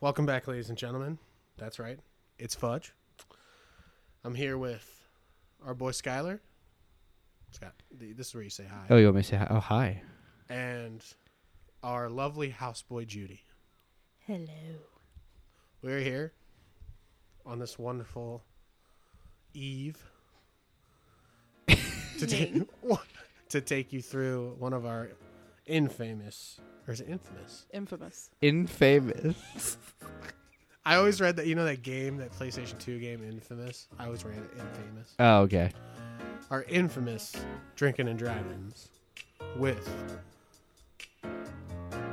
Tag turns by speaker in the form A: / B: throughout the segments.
A: Welcome back, ladies and gentlemen. That's right. It's Fudge. I'm here with our boy Skyler. Scott, th- this is where you say hi.
B: Oh, you want me to say hi? Oh, hi.
A: And our lovely houseboy Judy.
C: Hello.
A: We're here on this wonderful eve to take to take you through one of our infamous or is it infamous?
C: Infamous.
B: Infamous.
A: I always read that you know that game, that PlayStation 2 game Infamous. I always read it Infamous.
B: Oh, okay.
A: Our infamous drinking and drivings with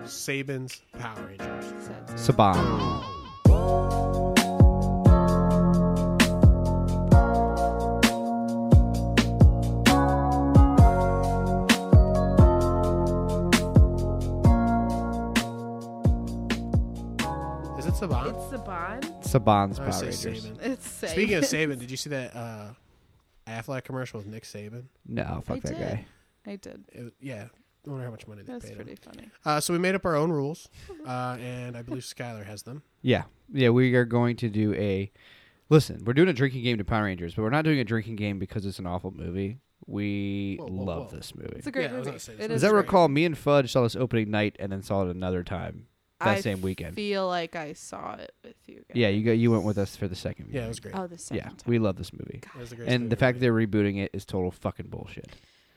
A: Saban's Power Rangers.
B: Saban.
A: Is it Saban?
C: It's the bond.
B: Saban's
A: I
B: Power
A: say
B: Rangers.
A: Saban.
C: It's safe.
A: Speaking of Saban, did you see that uh, Affleck commercial with Nick Saban?
B: No, fuck
C: I
B: that
C: did.
B: guy.
C: I did.
A: It, was- yeah, I wonder how much money they
C: That's
A: paid
C: pretty
A: him.
C: funny.
A: Uh, so we made up our own rules, uh, and I believe Skylar has them.
B: Yeah. Yeah, we are going to do a. Listen, we're doing a drinking game to Power Rangers, but we're not doing a drinking game because it's an awful movie. We
A: Whoa, whoa,
B: love
A: whoa.
B: this movie.
C: It's a great
A: Yeah, I was
C: movie.
A: gonna say,
C: It
A: it's
B: Does
C: is
B: that
A: great.
B: recall me and Fudge saw this opening night and then saw it another time that
C: I
B: same weekend?
C: feel like I saw it with you guys.
B: yeah, you got you went with us for the second.
A: Yeah, it
B: viewing.
A: was great.
C: Oh, the second
B: yeah,
C: time.
B: we love this movie.
A: It was a great
B: And the
A: Saban
B: fact
A: movie.
B: they're rebooting it is total fucking bullshit.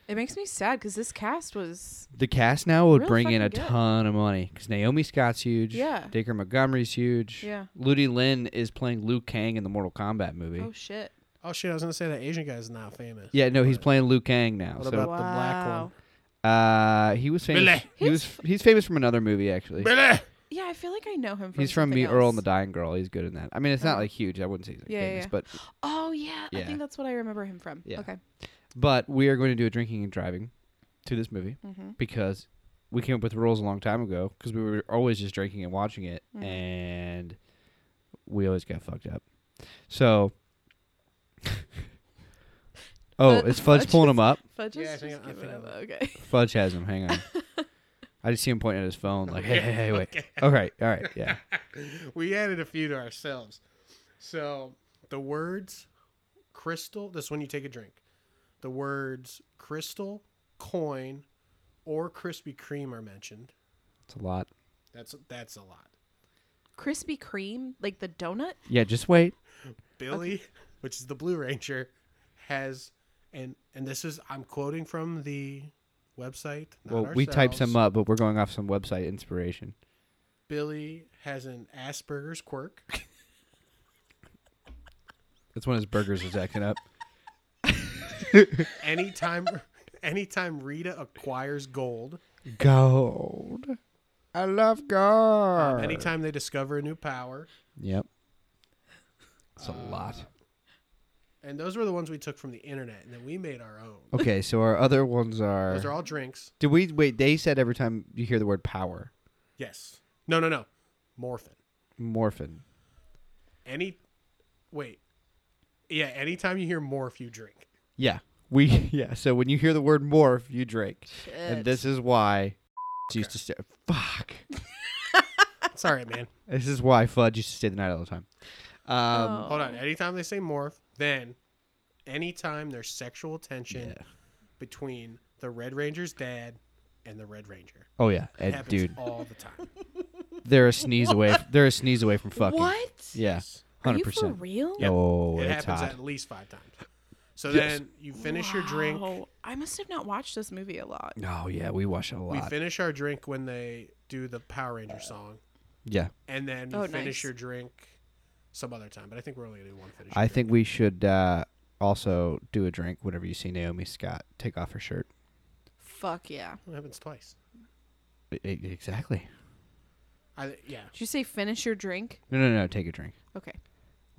C: it makes me sad because this cast was.
B: The cast now would
C: Really
B: bring in a
C: fucking good.
B: ton of money because Naomi Scott's huge.
C: Yeah.
B: Dacre Montgomery's huge.
C: Yeah.
B: Ludi Lin is playing Liu Kang in the Mortal Kombat movie.
C: Oh shit.
A: oh shit, I was gonna say that Asian guy's not famous.
B: yeah, no, he's
A: but-
B: playing Liu Kang now.
A: What
B: So
A: about the black
C: Wow.
A: one?
B: uh, he was famous.
A: Billy.
B: He was he's famous from another movie actually.
A: Billy!
C: Yeah, I feel like I know him. From
B: He's from
C: something
B: Me, Earl
C: else.
B: and the Dying Girl. He's good in that. I mean, it's not
C: Oh.
B: like huge. I wouldn't say he's like,
C: Yeah, yeah,
B: famous,
C: yeah.
B: but
C: Oh yeah, I
B: Yeah.
C: think that's what I remember him from.
B: Yeah.
C: Okay.
B: but we are going to do a drinking and driving to this movie
C: Mm-hmm.
B: because we came up with rules a long time ago because we were always just drinking and watching it,
C: Mhm.
B: and we always got fucked up. So, oh,
C: Fud-
B: it's Fudge
C: Fudge
B: pulling
C: is-
B: him up.
C: Fudge
A: Yeah, I
C: is
A: think
C: just
A: I- I
C: giving
A: think I-
C: it up. Okay.
B: Fudge has him. Hang on. I just see him pointing at his phone, like, hey, hey, hey, wait.
A: Okay.
B: Okay, all right, yeah.
A: we added a few to ourselves. So the words crystal, this is when you take a drink. The words crystal, coin, or Krispy Kreme are mentioned.
B: It's a lot.
A: That's that's a lot.
C: Krispy Kreme, like the donut.
B: Yeah, just wait.
A: Billy, which is the Blue Ranger, has and and this is I'm quoting from the website. not
B: well, we typed
A: ourselves.
B: some up, but we're going off some website inspiration.
A: Billy has an Asperger's quirk.
B: That's when his burgers was acting up.
A: Anytime anytime Rita acquires gold,
B: Gold. I love gold.
A: anytime they discover a new power,
B: Yep. It's a lot.
A: And those were the ones we took from the internet, and then we made our own.
B: Uh, Okay, so our other ones are.
A: Those are all drinks.
B: Did we wait? They said every time you hear the word power,
A: Yes. No, no, no. Morphin.
B: morphin.
A: Any. Wait. Yeah. Anytime you hear morph, you drink.
B: Yeah, we yeah. So when you hear the word morph, you drink,
C: Shit.
B: and this is why used to stay. Fuck.
A: It's all right, man.
B: This is why Fudge used to stay the night all the time. Um,
C: Oh.
A: Hold on. Anytime they say morph, then anytime there's sexual tension
B: Yeah.
A: between the Red Ranger's dad and the Red Ranger,
B: Oh yeah,
A: it
B: and
A: happens
B: dude,
A: all the time.
B: they're a sneeze away. They're a sneeze away from fucking.
C: What?
B: Yeah,
C: Are
B: hundred
C: you for
B: percent.
C: real?
B: Oh,
A: it
B: it's
A: happens
B: hot.
A: at least five times. So
B: Yes.
A: then you finish your drink.
C: Wow. I must have not watched this movie a lot.
B: Oh yeah, we watch it a
A: We
B: lot.
A: finish our drink when they do the Power
B: Uh,
A: Ranger song.
B: yeah,
A: and then you
C: Oh,
A: finish
C: nice.
A: your drink some other time. But I think we're only gonna do one finish. your
B: I
A: drink.
B: think we should uh, also do a drink whenever you see Naomi Scott take off her shirt.
C: Fuck yeah.
A: Well, it happens twice.
B: E- e- Exactly.
A: I, yeah,
C: Did you say finish your drink?
B: No, no, no. Take a drink.
C: Okay.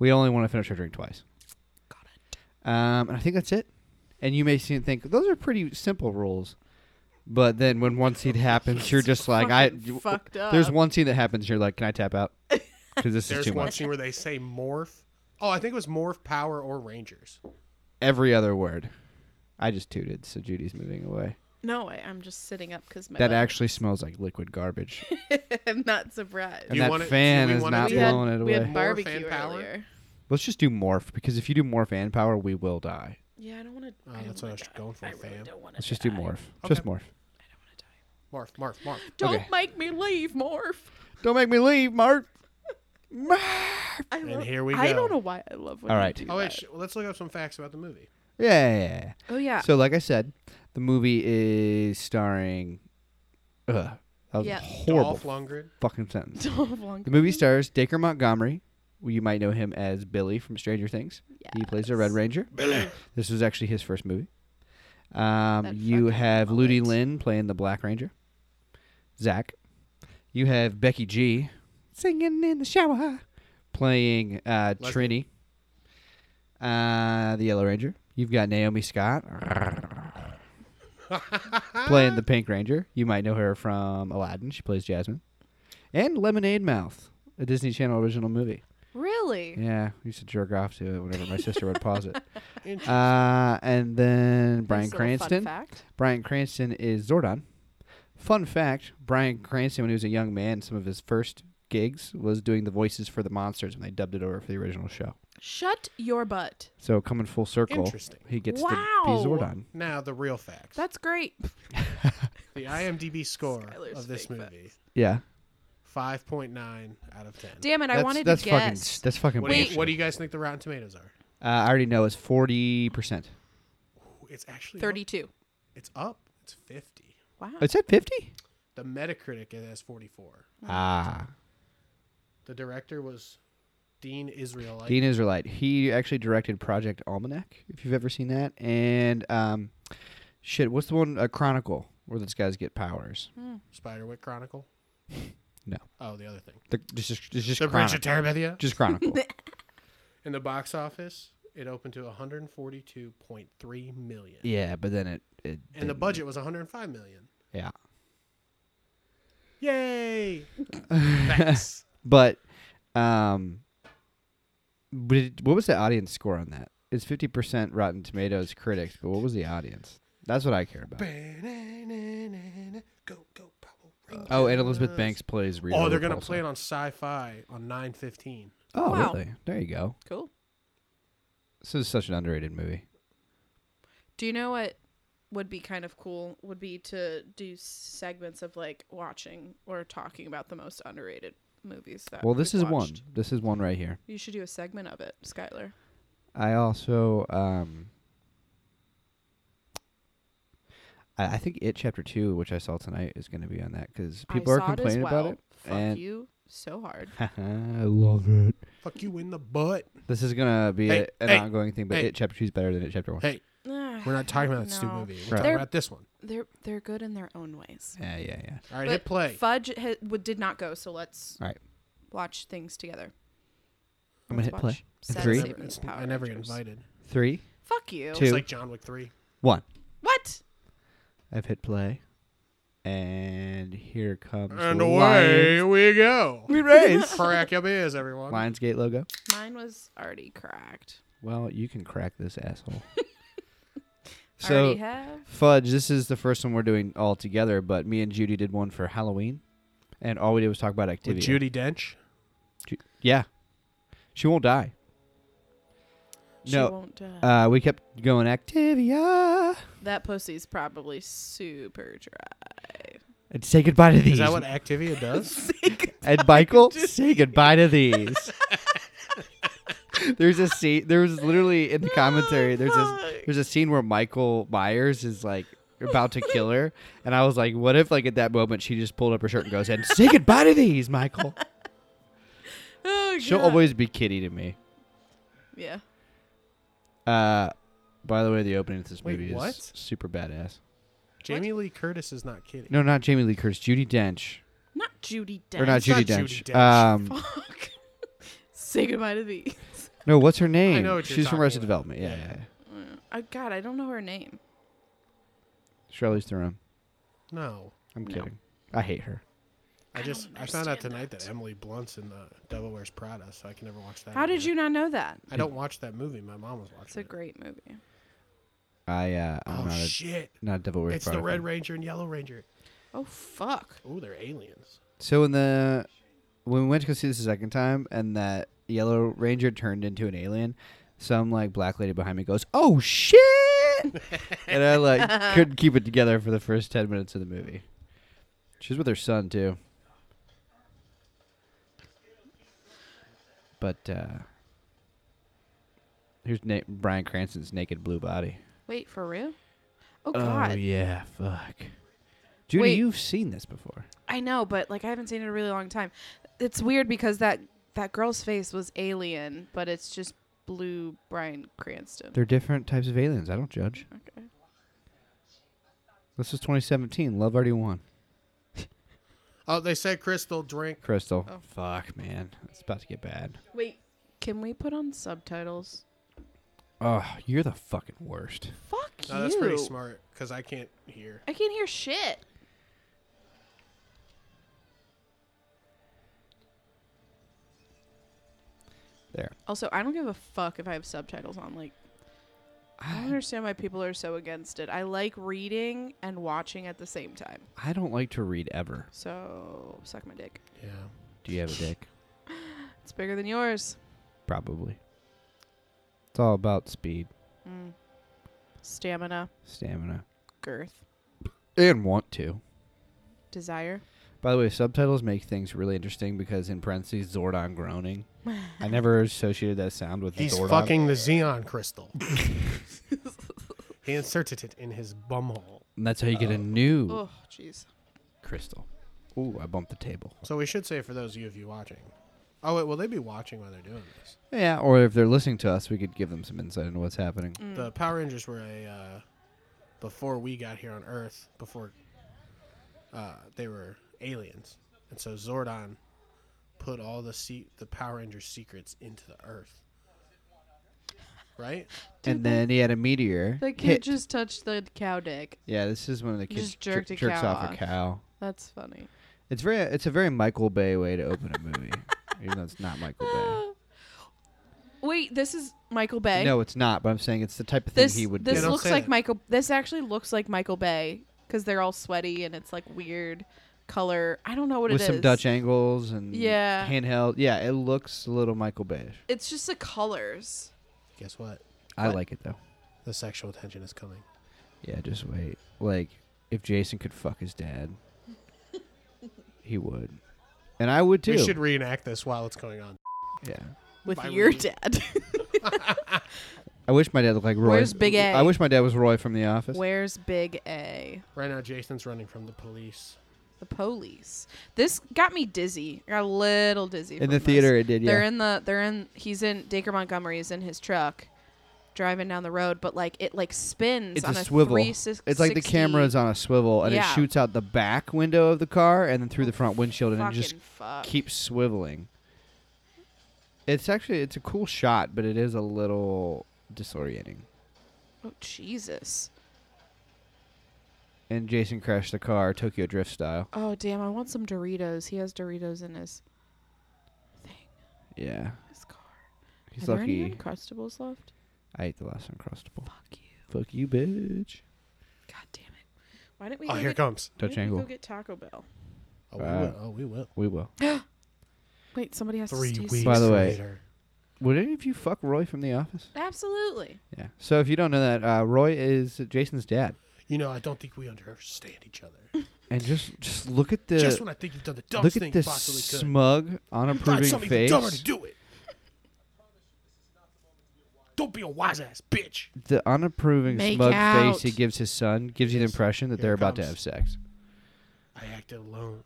B: We only want to finish our drink twice.
C: Got it.
B: Um, and I think that's it. And you may seem think those are pretty simple rules, but then when one scene happens, you're just like, I.
C: Fucking
B: you-
C: fucked up.
B: There's one scene that happens. You're like, can I tap out? Because this is
A: there's
B: too
A: one
B: much.
A: scene where they say morph. Oh, I think it was morph, power, or rangers.
B: Every other word. I just tooted, so Judy's moving away.
C: No way. I'm just sitting up because my
B: That
C: leg-
B: actually smells like liquid garbage.
C: I'm not surprised.
B: And
A: You
B: that
A: want it- do
B: fan
A: we
B: is
A: want it
B: not
A: to-
C: we
A: I'm
C: had,
B: blowing it
C: we
B: away.
C: had
A: More
C: barbecue
A: fan power?
C: earlier.
B: Let's just do morph because if you do morph and power, we will die.
C: Yeah, I don't want to.
A: Oh, that's what I was going for,
C: I really
A: fam.
C: don't want to.
B: Let's just do morph.
A: Okay.
B: Just morph.
C: I don't want to die.
A: Marf, Marf, Marf.
C: Don't
B: Okay.
C: make me leave, Morph.
B: Don't make me leave, Mark.
C: I
A: And
C: love-
A: here we
C: I
A: go.
C: don't know why I love. When
B: All
C: you
B: right.
C: do
A: Oh wait,
C: that.
A: sh- let's look up some facts about the movie.
B: Yeah, yeah, yeah.
C: Oh yeah.
B: So, like I said, the movie is starring. Ugh, that was
C: Yeah.
B: a horrible
A: Dolph Lundgren.
B: fucking sentence.
C: Dolph Lundgren.
B: The movie stars Dacre Montgomery. who You might know him as Billy from Stranger Things. He plays the Red
C: Yes.
B: Ranger.
A: Billy.
B: This was actually his first movie. Um,
C: That
B: you
C: fucking
B: have Ludi
C: mullet.
B: Lynn playing the Black Ranger. Zach. You have Becky G. Singing in the shower. Playing uh, Trini.
A: Leslie.
B: Uh, the Yellow Ranger. You've got Naomi Scott. playing the Pink Ranger. You might know her from Aladdin. She plays Jasmine. And Lemonade Mouth, a Disney Channel original movie.
C: Really?
B: Yeah, I used to jerk off to it whenever my sister would pause it.
A: Interesting.
B: Uh, and then Brian
C: Nice little fun
B: Cranston.
C: fact.
B: Brian Cranston is Zordon. Fun fact Brian Cranston, when he was a young man, some of his first gigs was doing the voices for the monsters when they dubbed it over for the original show.
C: Shut your butt.
B: So coming full circle,
A: Interesting.
B: he gets to be
C: Wow.
B: Zordon.
A: Now the real facts.
C: That's great.
A: the IMDb score
C: Skylar's
A: of this
C: fake
A: movie:
B: Yeah.
A: five point nine out of ten.
C: Damn it! I
B: that's,
C: wanted
B: that's
C: to
B: fucking,
C: guess.
B: That's fucking
A: What do, you,
B: bullshit.
A: what do you guys think the Rotten Tomatoes are?
B: Uh, I already know it's forty percent.
A: Ooh, It's actually up.
C: Thirty-two.
A: It's up. It's fifty.
C: Wow.
B: It said fifty.
A: The Metacritic it has forty four.
B: Ah,
A: The director was Dean Israelite.
B: Dean Israelite. He actually directed Project Almanac, if you've ever seen that, and um, shit. What's the one? A Chronicle, where these guys get powers.
A: Spiderwick Chronicle.
B: No.
A: Oh, the other thing.
B: The, it's just, it's just
A: The Bridge of
B: Chronicle.
A: Terabithia.
B: Just Chronicle.
A: In the box office, it opened to 142.3 million.
B: yeah, but then it. it
A: And the
B: didn't.
A: budget was 105 million.
B: Yeah,
A: Yay! Thanks.
B: but um, but it- what was the audience score on that? It's fifty percent Rotten Tomatoes critics, but what was the audience? That's what I care about.
A: go, go, Power Rangers.
B: Oh, and Elizabeth Banks plays. Rita
A: Oh, they're going to
B: Repulsa.
A: play it on sci fi on 915.
B: Oh,
C: Wow.
B: really? There you go.
C: Cool.
B: This is such an underrated movie.
C: Do you know what would be kind of cool? Would be to do segments of like watching or talking about the most underrated movies
A: Uh,
C: that.
B: well, this
C: we've
B: is one.
C: watched.
B: This is one right here.
C: You should do a segment of it, Skylar.
B: I also, um, I, I think it chapter two, which I saw tonight, is going to be on that because people
C: I
B: are
C: saw it as
B: complaining
C: well.
B: about it.
C: Fuck
B: and-
C: you so hard.
B: I love it.
A: Fuck you in the butt.
B: This is gonna be
A: Hey,
B: a, an
A: hey,
B: ongoing thing, but
A: hey.
B: it chapter two is better than it chapter one.
A: Hey, we're not talking about that stupid
C: No.
A: movie. We're
B: Right.
A: talking
C: They're-
A: about this one.
C: They're they're good in their own ways.
B: Yeah, yeah, yeah.
A: All right, hit play.
C: Fudge ha- w- did not go, so let's
B: All right.
C: watch things together.
B: I'm gonna hit
C: Let's
B: play.
C: watch Sad
A: I
B: Three.
A: never-
C: Savings
A: it's-
C: Power
A: I never get
C: Rangers.
A: invited.
B: Three,
C: Fuck you.
B: Two.
A: It's like John Wick 3.
B: one.
C: What?
B: I've hit play, and here comes
A: And
B: the
A: away we go.
B: We race.
A: Crack your beers, everyone.
B: Lionsgate logo.
C: Mine was already cracked.
B: Well, you can crack this asshole.
C: already
B: so,
C: have.
B: Fudge, this is the first one we're doing all together, but me and Judy did one for Halloween, and all we did was talk about activity.
A: With Judy Dench.
B: Yeah. She won't die.
C: She
B: no.
C: won't. Uh,
B: Uh, we kept going, Activia.
C: that pussy's probably super dry.
B: And say goodbye to these.
A: Is that what Activia does?
B: and Michael, say goodbye to these. there's a scene. There was literally in the commentary. There's a
C: fuck.
B: there's a scene where Michael Myers is like about to kill her, and I was like, what if like at that moment she just pulled up her shirt and goes and say goodbye to these, Michael.
C: Oh,
B: She'll
C: God.
B: always be Kitty to me.
C: Yeah.
B: Uh, by the way, the opening to this
A: Wait,
B: movie
A: what?
B: is super badass.
A: Jamie Lee Curtis is not kidding.
B: No, not Jamie Lee Curtis, Judy Dench,
C: Not Judy Dench.
B: or not
A: It's
B: Judy
A: not
B: Dench.
A: Judi Dench.
B: Um,
C: Fuck. Say goodbye to these.
B: no, what's her name?
A: know what you're
B: She's from
A: talking
B: Arrested
A: about.
B: Development. Yeah,
A: Yeah.
B: yeah. yeah.
C: Oh, God, I don't know her name.
B: Shirley's Theron.
A: No.
B: I'm
C: No.
B: kidding. I hate her.
A: I
C: I
A: just
C: don't
A: I found out
C: understand
A: tonight that.
C: that.
A: Emily Blunt's in the Devil Wears Prada, so I can never watch that.
C: How did
A: again.
C: you not know that?
A: I don't watch that movie. My mom was watching.
C: It's a
A: it.
C: great movie.
B: I uh, I'm
A: Oh
B: not a,
A: shit!
B: not a Devil Wears
A: It's the
B: Prada
A: Red
B: fan.
A: Ranger and Yellow Ranger.
C: Oh fuck.
A: Oh, they're aliens.
B: So in the when we went to go see this the second time, and that Yellow Ranger turned into an alien, some like black lady behind me goes, "Oh shit!" and I like couldn't keep it together for the first ten minutes of the movie. She's with her son too. But uh here's Na- Brian Cranston's naked blue body.
C: Wait, for real? Oh god.
B: Oh yeah, fuck. Judy,
C: Wait.
B: you've seen this before.
C: I know, but like I haven't seen it in a really long time. It's weird because that that girl's face was alien, but it's just blue Brian Cranston.
B: They're different types of aliens. I don't judge.
C: Okay.
B: This is 2017. Love already won.
A: Oh, they said Crystal drink.
B: Crystal.
C: Oh.
B: Fuck, man. It's about to get bad.
C: Wait, can we put on subtitles?
B: Oh, you're the fucking worst.
C: Fuck
A: No,
C: you.
A: that's pretty smart because I can't hear.
C: I can't hear shit.
B: There.
C: Also, I don't give a fuck if I have subtitles on. Like, I don't understand why people are so against it. I like reading and watching at the same time.
B: I don't like to read ever.
C: So, suck my dick.
A: Yeah.
B: Do you have a dick?
C: It's bigger than yours.
B: Probably. It's all about speed,
C: Mm. Stamina,
B: stamina,
C: girth,
B: and want to.
C: desire.
B: By the way, subtitles make things really interesting because in parentheses, Zordon groaning. I never associated that sound with
A: He's
B: Zordon.
A: fucking the Xeon crystal. he inserted it in his bumhole.
B: And that's how you get a new
C: Oh, jeez.
B: crystal. Ooh, I bumped the table.
A: So we should say for those of you watching. Oh wait, will they be watching while they're doing this?
B: Yeah, or if they're listening to us, we could give them some insight into what's happening.
A: The Power Rangers were a uh, before we got here on Earth. Before uh, they were aliens, and so Zordon put all the se- the Power Rangers secrets into the Earth. Right?
B: and then he had a meteor.
C: The kid
B: hit.
C: just touched the cow dick.
B: Yeah, this is when the kid
C: Just jerked
B: jer-
C: a
B: jerks
C: cow
B: off, a
C: off.
B: cow.
C: That's funny.
B: It's very, it's a very Michael Bay way to open a movie, even though it's not Michael Bay.
C: Wait, this is Michael Bay.
B: No, it's not. But I'm saying it's the type of
C: this
B: thing he would
C: this
A: They
B: do.
A: don't
C: looks
A: say
C: like
A: that.
C: Michael. This actually looks like Michael Bay because they're all sweaty and it's like weird color. I don't know what
B: with
C: it is.
B: some Dutch angles and
C: Yeah.
B: handheld. Yeah, it looks a little Michael Bayish.
C: It's just the colors.
A: Guess what?
B: I
C: What?
B: like it though.
A: The sexual tension is coming.
B: Yeah, just wait. Like if Jason could fuck his dad, he would, and I would too.
A: We should reenact this while it's going on.
B: yeah.
C: with
A: By
C: your
A: Rudy.
C: dad.
B: I wish my dad looked like Roy.
C: Where's Big A?
B: I wish my dad was Roy from The Office.
C: Where's Big A?
A: Right now, Jason's running from the police.
C: The police. This got me dizzy. I got a little dizzy.
B: in
C: from
B: the
C: this.
B: theater, it did. Yeah.
C: They're in the. They're in. He's in. Dacre Montgomery is in his truck, driving down the road. But like it like spins.
B: It's
C: on
B: a swivel.
C: 360
B: It's like the camera is on a swivel and
C: Yeah.
B: it shoots out the back window of the car and then through the front windshield and it
C: Fucking
B: just
C: fuck.
B: keeps swiveling. It's actually it's a cool shot, but it is a little disorienting.
C: oh Jesus.
B: And Jason crashed the car Tokyo Drift style.
C: Oh damn! I want some Doritos. He has Doritos in his thing.
B: Yeah.
C: His car.
B: He's
C: Are there any
B: lucky.
C: Uncrustables left?
B: I ate the last uncrustable.
C: Fuck you!
B: Fuck you, bitch.
C: God damn it! Why didn't we?
A: Oh,
C: go
A: here
C: get,
A: it comes.
C: why
B: Dutch
C: didn't we
B: angle.
C: go get Taco Bell?
A: Oh, we
B: Uh,
A: will. Oh, we will.
B: We will.
C: Wait, somebody has
A: Three
C: to
A: weeks
C: stay
B: By the way-
A: later.
B: Would any of you fuck Roy from The Office?
C: Absolutely.
B: Yeah. So if you don't know that, uh, Roy is Jason's dad.
A: You know, I don't think we understand each other.
B: And just just look at the
A: Just when I think you've done the dumbest thing
B: look at
A: you
B: this
A: possibly could.
B: smug,
A: Find
B: unapproving
A: something even dumber to
B: face.
A: do it. Don't be a wise ass bitch.
B: The unapproving,
C: Make
B: smug
C: out.
B: face he gives his son gives you the impression that
A: Here
B: they're
A: it
B: about to
A: comes.
B: have sex.
A: I acted alone.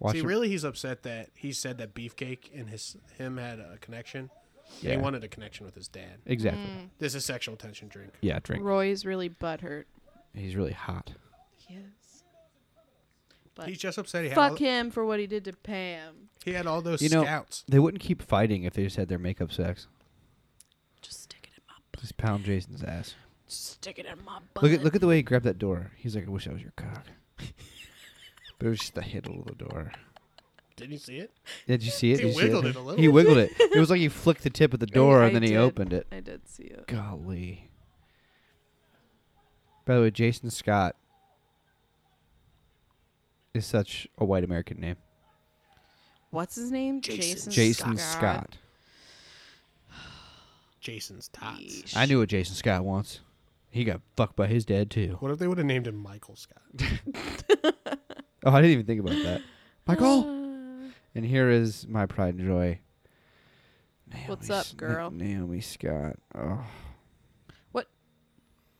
B: Watch
A: See,
B: him-
A: really, he's upset that he said that Beefcake and his him had a connection.
B: yeah,
A: He wanted a connection with his dad.
B: exactly.
A: This is sexual tension drink.
B: Yeah, drink.
C: Roy's really butthurt.
B: He's really hot.
C: He is. But
A: He's just upset he had, all,
C: fuck him for what he did to Pam.
A: he had all those
B: You know-
A: scouts.
B: They wouldn't keep fighting if they just had their makeup sex.
C: Just stick it in my butt.
B: Just pound Jason's ass.
C: Just stick it in my butt.
B: Look at look at the way he grabbed that door. He's like, I wish I was your cock. but it was just the handle of the door.
A: Didn't you see it?
B: Did you see it?
A: He
B: Did you see
A: wiggled it a little.
B: He wiggled it. It was like he flicked the tip of the door
C: I
B: and then he
C: did.
B: opened it.
C: I did see it.
B: Golly. By the way, Jason Scott is such a white American name.
C: What's his name?
A: Jason.
B: Jason Scott.
A: Jason's tots.
C: Yeesh.
B: I knew what Jason Scott wants. He got fucked by his dad too.
A: What if they would have named him Michael Scott?
B: Oh, I didn't even think about that.
C: Ah,
B: Michael.
C: Uh,
B: and here is my pride and joy. Naomi
C: What's up,
B: S- Na-
C: girl?
B: Naomi Scott. Oh,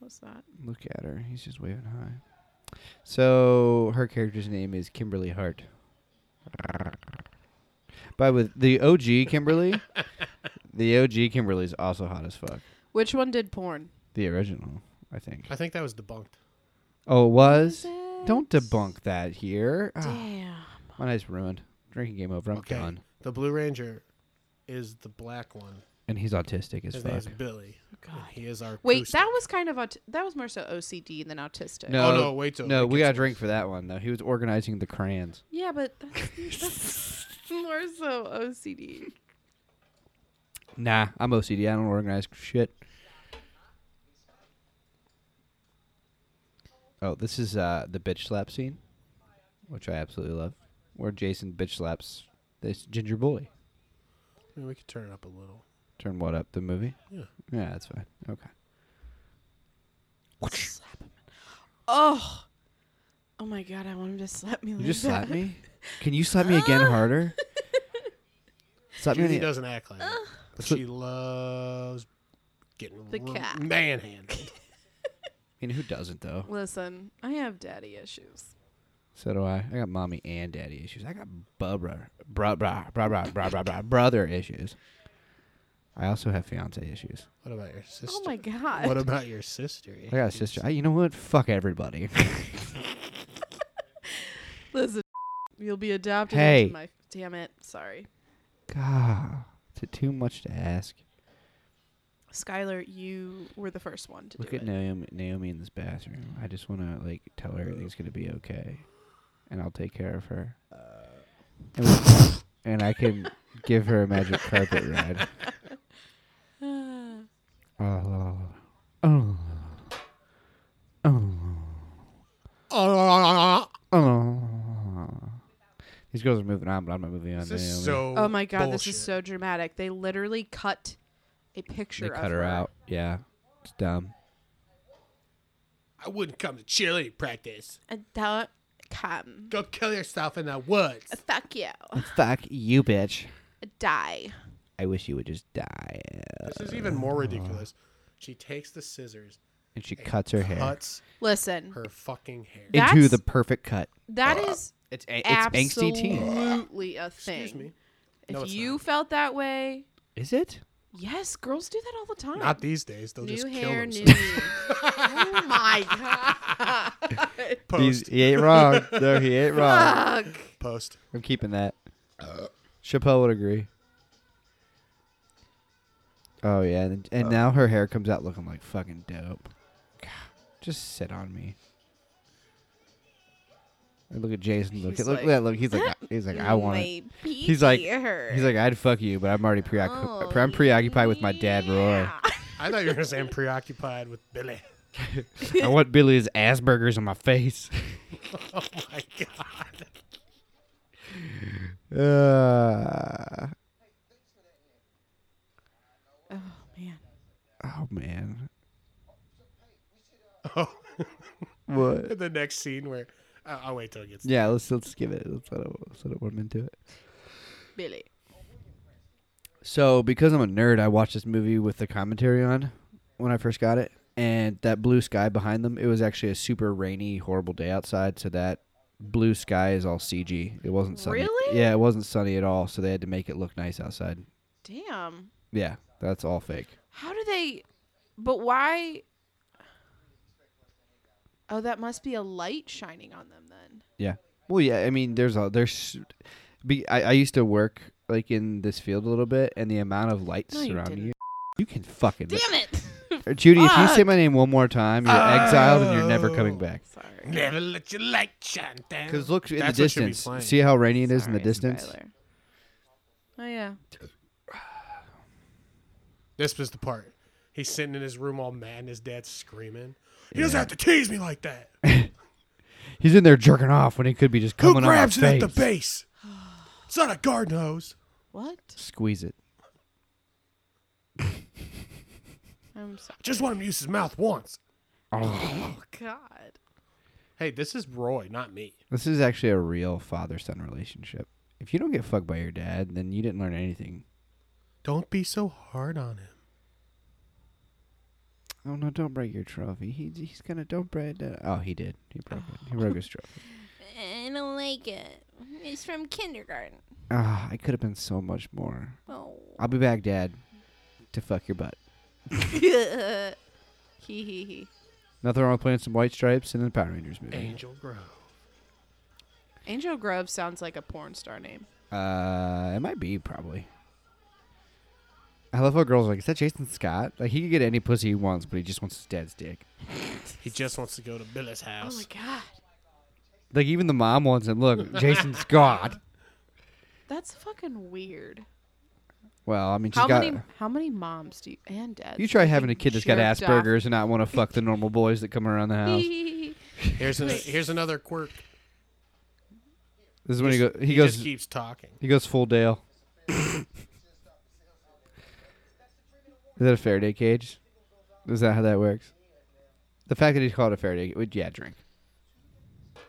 C: What's that?
B: look at her. He's just waving hi. So her character's name is Kimberly Hart. By with the OG Kimberly, the OG Kimberly is also hot as fuck.
C: Which one did porn?
B: The original, I think.
A: I think that was debunked.
B: Oh, it was.
C: it?
B: Don't debunk that here. Ah,
C: Damn.
B: my night's ruined. Drinking game over. I'm
A: Okay.
B: done.
A: The Blue Ranger is the black one.
B: And he's autistic as
A: His name
B: fuck.
A: is Billy. and
C: God.
A: He is our
C: Ah, Wait,
A: acoustic.
C: that was kind of aut- that was more so OCD than autistic.
B: No.
A: Oh no, wait till
B: No,
A: it
B: we
A: gets
B: got a drink
A: worse.
B: for that one though. He was organizing the crayons.
C: Yeah, but that's, that's more so OCD.
B: Nah, I'm OCD. I don't organize shit. Oh, this is uh, the bitch slap scene, which I absolutely love, where Jason bitch slaps this ginger bully.
A: I mean, we could turn it up a little.
B: Turn what up? The movie?
A: Yeah.
B: Yeah, that's fine. Okay.
C: slap him. Oh. Oh my god, I want him to slap me.
B: You just slapped me? Can you slap me again harder? slap me
A: Judy
B: on the,
A: doesn't act like that.
B: sli-
A: She loves getting
C: The
A: ru-
C: cat.
A: manhandled.
B: I mean, who doesn't, though?
C: Listen, I have daddy issues.
B: So do I. I got mommy and daddy issues. I got bubra, bra, bra, bra, bra, bra, bra, bra, brother issues. I also have fiance issues.
A: What about your sister?
C: Oh my god.
A: What about your sister?
B: I got a sister. I, you know what? Fuck everybody.
C: Listen, you'll be adopted
B: Hey.
C: into my damn it. Sorry.
B: God, is it too much to ask?
C: Skylar, you were the first one to
B: Look
C: do
B: at
C: it.
B: Naomi, Naomi in this bathroom. I just want to like tell her everything's gonna be okay, and I'll take care of her. And, we- and I can give her a magic carpet ride. Oh, oh, oh,
A: Oh,
B: oh. These girls are moving on, but I'm not moving on.
A: this is
B: Naomi.
A: so.
C: Oh my god, this
A: bullshit.
C: is so dramatic. They literally cut a picture
B: they
C: of
B: cut her out. Yeah, it's dumb.
A: I wouldn't come to chili practice.
C: And don't come.
A: Go kill yourself in the woods.
C: Fuck you.
B: Fuck you, bitch.
C: Die.
B: I wish you would just die.
A: This is even more ridiculous. She takes the scissors,
B: And she cuts her hair
A: cuts
C: Listen,
A: her fucking hair.
C: Yeah.
B: into
C: That's-
B: the perfect cut.
C: that is
B: It's a- it's angsty teen.
C: absolutely a thing.
A: Excuse me.
C: If
A: No, it's
C: you
A: not.
C: felt that way,
B: Is it?
C: yes, girls do that all the time.
A: Not these days. They'll
C: new
A: just kill
C: hair, new
A: themselves.
C: you. oh my god.
A: Post.
B: he ain't wrong. No, he ain't wrong.
C: Fuck.
A: Post.
B: I'm keeping that. Uh. Chappelle would agree. Oh yeah, and, and now her hair comes out looking like fucking dope. God, just sit on me. And look at Jason. Look
C: He's
B: at look at
C: like,
B: that look. He's like I- he's like I want it. He's like he's like I'd fuck you, but I'm already
C: Oh,
B: preoccupied. I'm preoccupied with my dad, Roy.
A: I thought you were going to say I'm preoccupied with Billy.
B: I want Billy's Asperger's on my face.
A: Oh my God.
B: Uh,
C: Oh man.
B: oh man,
A: Oh,
B: what?
A: the next scene where. I- I'll wait till it gets.
B: Yeah, let's let's give it. Let's let it, let's let it warm into it.
C: Billy.
B: So, because I'm a nerd, I watched this movie with the commentary on when I first got it, and that blue sky behind them. It was actually a super rainy, horrible day outside, so that blue sky is all CG. It wasn't sunny.
C: Really?
B: Yeah, it wasn't sunny at all. So they had to make it look nice outside.
C: Damn.
B: Yeah, that's all fake.
C: How do they but why Oh, that must be a light shining on them then.
B: Yeah. Well, yeah. I mean, there's a there's. Be, I I used to work like in this field a little bit, and the amount of lights
C: No, you
B: surrounding
C: didn't.
B: you, you can fucking.
C: Damn it.
B: Or Judy, if you say
C: Fuck.
B: my name one more time, you're exiled and you're never coming
A: Oh.
B: back.
C: Sorry.
A: Never let your light shine down.
B: Because look in
A: That's
B: the
A: what should be
B: distance.
A: playing.
B: See how rainy it is in the
C: Sorry,
B: distance.
C: Tyler. Oh yeah.
A: This was the part. He's sitting in his room all mad, and his dad's screaming. He doesn't have to tease me like that.
B: He's in there jerking off when he could be just
A: Who
B: coming on my
A: grabs it
B: face.
A: at the base? It's not a garden hose.
C: What?
B: Squeeze it.
C: I'm sorry.
A: Just want him to use his mouth once.
C: Oh God.
A: Hey, this is Roy, not me.
B: This is actually a real father-son relationship. If you don't get fucked by your dad, then you didn't learn anything.
A: Don't be so hard on him.
B: Oh no! Don't break your trophy. He, he's gonna don't break that. Oh, he did. He broke it. He broke his trophy.
D: I don't like it. It's from kindergarten.
B: Ah, I could have been so much more.
D: Oh.
B: I'll be back, Dad, to fuck your butt.
C: Hee hee hee.
B: Nothing wrong with playing some White Stripes and then Power Rangers movie.
A: Angel Grove.
C: Angel Grove sounds like a porn star name.
B: Uh, it might be probably. I love how girls are like, is that Jason Scott? Like he could get any pussy he wants, but he just wants his dad's dick.
A: He just wants to go to Billy's
C: Oh
A: house.
C: my God.
B: Like even the mom wants him. Look, Jason Scott.
C: That's fucking weird.
B: Well, I mean, she's
C: How
B: got.
C: many how many moms do you and dads?
B: You try having a kid that's got
C: jerked off.
B: Asperger's and not want to fuck the normal boys that come around the house.
A: here's, an, here's another quirk.
B: This is when he, go, he,
A: He
B: goes.
A: just keeps talking.
B: He goes full Dale. Is that a Faraday cage? Is that how that works? The fact that he's called a Faraday, would- yeah, drink,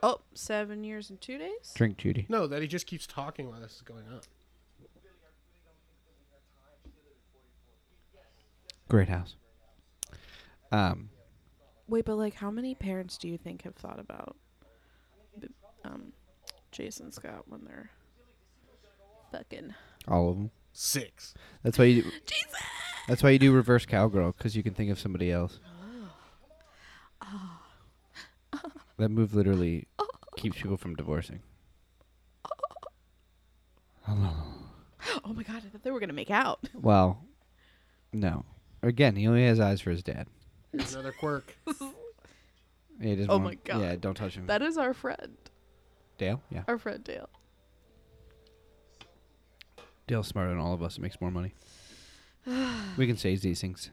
C: Oh, seven years and two days.
B: drink, Judy.
A: No, that he just keeps talking while this is going on.
B: Great house. Um,
C: Wait, but like, how many parents do you think have thought about b- um, Jason Scott when they're fucking?
B: all of them.
A: Six.
B: That's why you. That's why you do reverse cowgirl because you can think of somebody else. That move literally keeps people from divorcing.
C: Oh my god, I thought they were gonna make out.
B: Well, no. Again, he only has eyes for his dad.
A: Here's another quirk.
B: He doesn't
C: Oh
B: want-
C: my God.
B: Yeah, don't touch him.
C: That is our friend,
B: Dale, yeah.
C: our friend Dale.
B: Dale's smarter than all of us. It makes more money. we can save these things.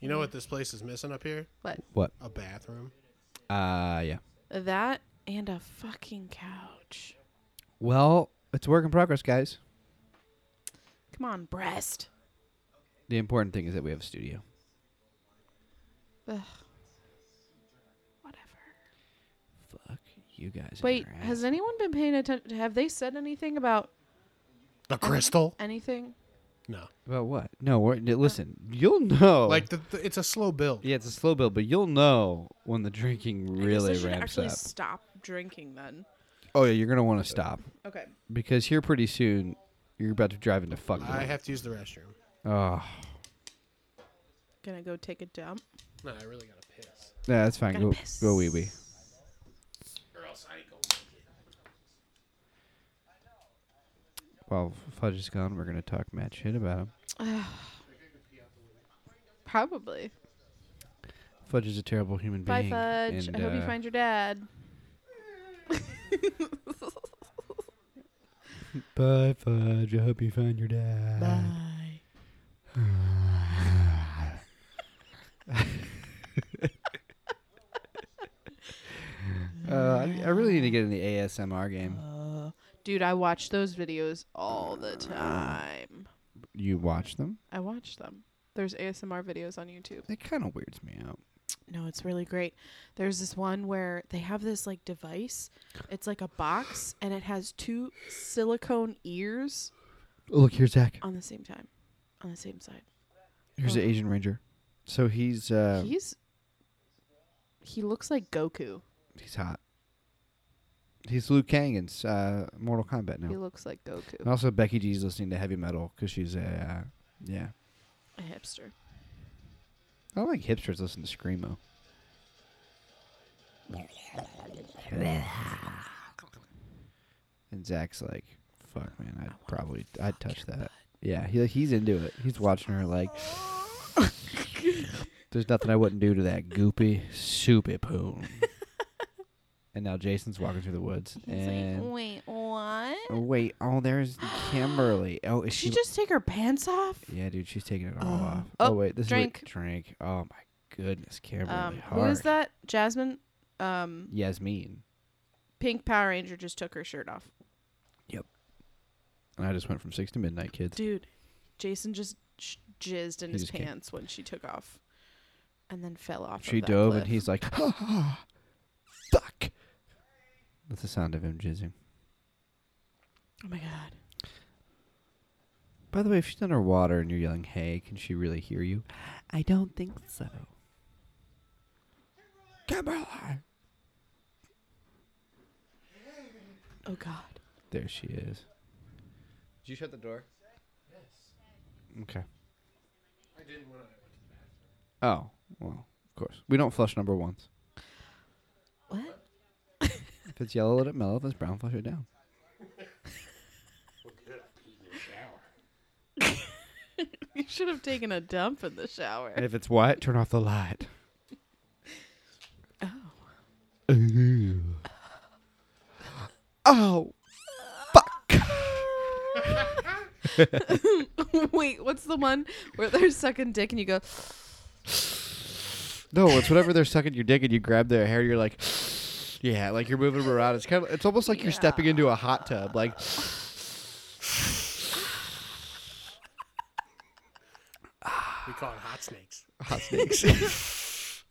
A: You know what this place is missing up here?
C: But
B: What?
A: A bathroom.
B: Uh, yeah.
C: that and a fucking couch.
B: Well, it's a work in progress, guys.
C: Come on, breast.
B: The important thing is that we have a studio.
C: Ugh. Whatever.
B: Fuck you guys.
C: Wait, has anyone been paying attention? Have they said anything about
A: The crystal?
C: anything?
A: No.
B: about what? No, we're, n- listen. You'll know.
A: Like, the, the, it's a slow build.
B: Oh. yeah, it's a slow build, but you'll know when the drinking
C: I
B: really
C: guess I should
B: ramps
C: actually
B: up.
C: stop drinking then.
B: oh yeah, you're gonna want to stop
C: Okay.
B: because here pretty soon you're about to drive into fuck.
A: I have to use the restroom.
B: Oh,
C: Gonna go take a dump.
A: No, I really gotta piss.
B: yeah, that's fine.
C: Gotta
B: Go,
C: piss.
B: go wee wee.
A: Or else I go.
B: Well, Fudge is gone. We're gonna talk mad shit about him.
C: Probably.
B: Fudge is a terrible human
C: Bye,
B: being.
C: Fudge.
B: and,
C: I hope you
B: uh,
C: find your dad.
B: Bye, Fudge. I hope you find your dad.
C: Bye.
B: Uh, I, I really need to get in the ASMR game.
C: Dude, I watch those videos all the time.
B: You watch them?
C: I watch them. There's ASMR videos on YouTube.
B: It kind of weirds me out.
C: No, it's really great. There's this one where they have this like device. It's like a box and it has two silicone ears
B: Oh, look, here's Zach.
C: on the same time, on the same side.
B: Here's
C: Oh.
B: the Asian Ranger. So he's uh,
C: He's he looks like Goku.
B: he's hot. He's Liu Kang in uh, Mortal Kombat
C: He
B: now.
C: looks like Goku.
B: And also Becky G's listening to heavy metal because she's a uh, yeah.
C: A hipster.
B: I don't like hipsters listen to screamo. And Zach's like, "Fuck, man, I'd probably, I'd touch that." Yeah, he, he's into it. He's watching her like. There's nothing I wouldn't do to that goopy, soupy poon. and now Jason's walking through the woods.
D: He's
B: and
D: like, wait, what?
B: Oh, wait, oh, there's Kimberly. Oh, is she?
C: she just take her pants off?
B: yeah, dude, she's taking it all
C: Oh.
B: off.
C: Oh,
B: Oh, wait, this
C: drink.
B: is what, drink. Oh my goodness, Kimberly.
C: Um,
B: hard.
C: who is that? Jasmine. Um,
B: Yasmin.
C: Pink Power Ranger just took her shirt off.
B: And I just went from six to midnight, kids.
C: Dude, Jason just sh- jizzed in
B: He
C: his
B: just came.
C: pants when she took off, and then fell off.
B: She
C: of that
B: dove,
C: cliff.
B: and he's like, "Fuck." That's the sound of him jizzing.
C: Oh my god.
B: By the way, if she's underwater and you're yelling, "Hey," can she really hear you? I don't think so. Kimberly.
C: Oh god.
B: There she is. Did you shut the door? Yes. Okay.
A: I didn't want to.
B: Oh well, of course. We don't flush number ones.
C: What?
B: If it's yellow, let it mellow. If it's brown, flush it down.
C: You should have taken a dump in the shower.
B: if it's white, turn off the light.
C: Oh.
B: Oh.
C: Wait, what's the one where they're sucking dick and you go,
B: No, it's whatever they're sucking your dick and you grab their hair. You're like, yeah, like you're moving around. It's kind of, it's almost like you're stepping into a hot tub. Like,
A: We call it hot snakes.
B: hot snakes.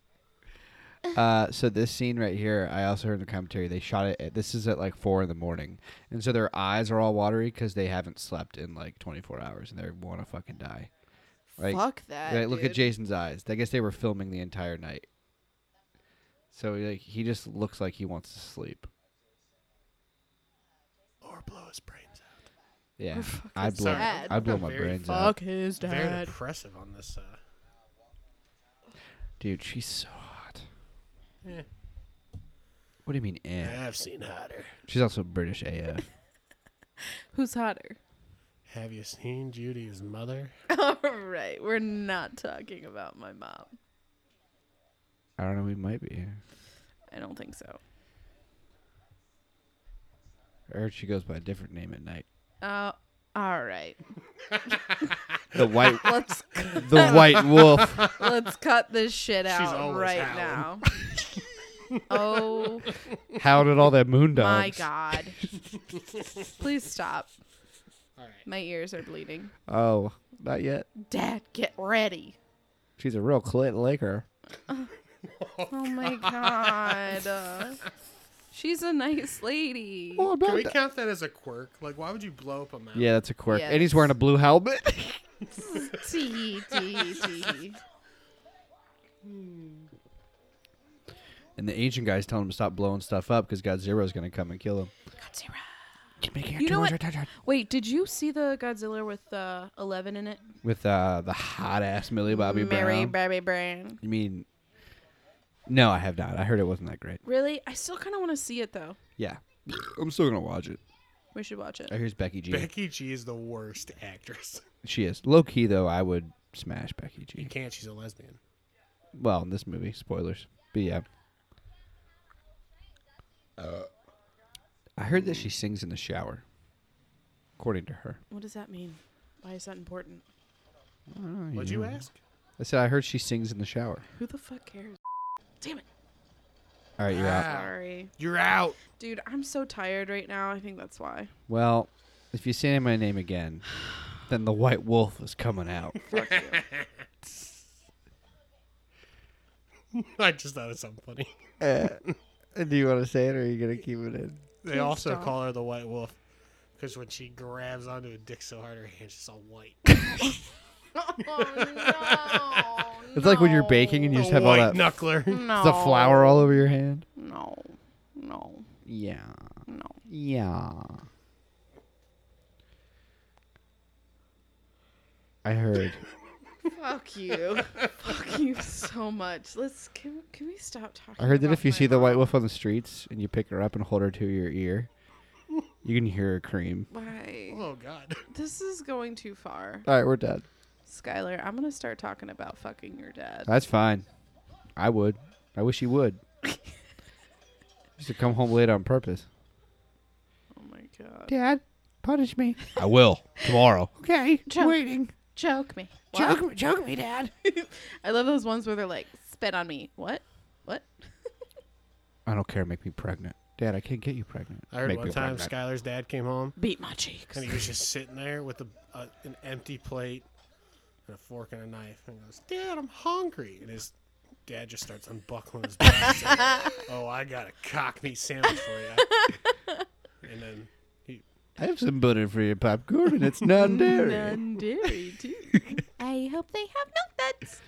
B: uh, so this scene right here, I also heard in the commentary they shot it. At, this is at like four in the morning, and so their eyes are all watery because they haven't slept in like 24 hours and they want to fucking die. Like,
C: fuck that.
B: right, look at
C: dude."
B: Jason's eyes. I guess they were filming the entire night, so like he just looks like he wants to sleep.
A: Or blow his brains out.
B: Yeah,
C: fuck
B: I
C: his
B: blow,
C: dad.
B: I blow
A: Not
B: my
A: very
B: brains out,
C: Fuck his
A: Very
C: dad.
A: impressive on this. Uh,
B: dude. She's so hot.
A: eh,
B: What do you mean? Eh?
A: I've seen hotter.
B: She's also British AF.
C: Who's hotter?
A: Have you seen Judy's mother?
C: All right, we're not talking about my mom.
B: I don't know. We might be.
C: I don't think so.
B: Or she goes by a different name at night.
C: Uh, all right.
B: The white,
C: Let's
B: the white wolf.
C: let's cut this shit out
A: always
C: right
A: howling.
C: now. oh
B: Howled at all that moon dogs.
C: my god. Please stop.
A: All right.
C: My ears are bleeding.
B: Oh, not yet.
C: Dad, get ready.
B: She's a real clit licker.
C: Oh my god. Uh, she's a nice lady.
A: Can we count that as a quirk? Like, why would you blow up a mountain?
B: yeah, that's a quirk.
C: Yeah,
B: and he's wearing a blue helmet.
C: Tee, tee, tee.
B: and the ancient guy's telling him to stop blowing stuff up because Godzilla's going to come and kill him.
C: Godzilla. You know what? Wait, did you see the Godzilla with uh, Eleven in it?
B: With uh, the hot ass Millie Bobby
C: Mary
B: Brown.
C: Bobby Brown.
B: you mean? No, I have not. I heard it wasn't that great.
C: Really? I still kind of want to see it though.
B: Yeah, I'm still gonna watch it.
C: We should watch it.
B: Oh, here's Becky G.
A: Becky G is the worst actress.
B: she is low key though. I would smash Becky G.
A: You can't. She's a lesbian.
B: Well, in this movie, spoilers. But yeah. I heard that she sings in the shower, according to her.
C: What does that mean? Why is that important?
A: Would you ask?
B: I said I heard she sings in the shower.
C: Who the fuck cares? Damn it.
B: All right, you're out.
A: Ow.
C: Sorry.
A: You're out.
C: Dude, I'm so tired right now. I think that's why.
B: Well, if you say my name again, then the white wolf is coming out.
C: Fuck you.
A: I just thought of something funny.
B: do you want to say it, or are you gonna keep it in?
A: They
C: Please
A: also
C: stop.
A: call her the White Wolf because when she grabs onto a dick so hard, her hand's just all white.
C: Oh, no.
B: It's like when you're baking and you just have all
A: white
B: that
A: knuckler.
C: no.
B: the flour all over your hand.
C: No. No.
B: Yeah,
C: No.
B: yeah. I heard.
C: Fuck you. Fuck you so much. Let's can can we stop talking?
B: I heard that
C: about
B: if you
C: my
B: see the white
C: mom?
B: wolf on the streets and you pick her up and hold her to your ear, you can hear her cream.
C: Why?
A: Oh, God.
C: This is going too far.
B: All right, we're done.
C: Skylar, I'm gonna start talking about fucking your dad.
B: That's fine. I would. I wish he would. Used to come home late on purpose.
C: Oh my god.
B: Dad, punish me.
E: I will tomorrow.
B: Okay,
C: Joe.
B: waiting.
C: Choke me. What?
B: Choke me, choke me, Dad.
C: I love those ones where they're like, spit on me. What? What?
B: I don't care. Make me pregnant, Dad. I can't get you pregnant.
A: I heard
B: Make
A: one
B: me
A: time
B: pregnant.
A: Skylar's dad came home
C: Beat my cheeks.
A: and he was just sitting there with a, a an empty plate and a fork and a knife and he goes, "Dad, I'm hungry." And his dad just starts unbuckling his bag. and said, oh, I got a cockney sandwich for you. and then he
B: I have some butter for your popcorn, and it's non-dairy.
C: dairy too.
D: I hope they have no nuts.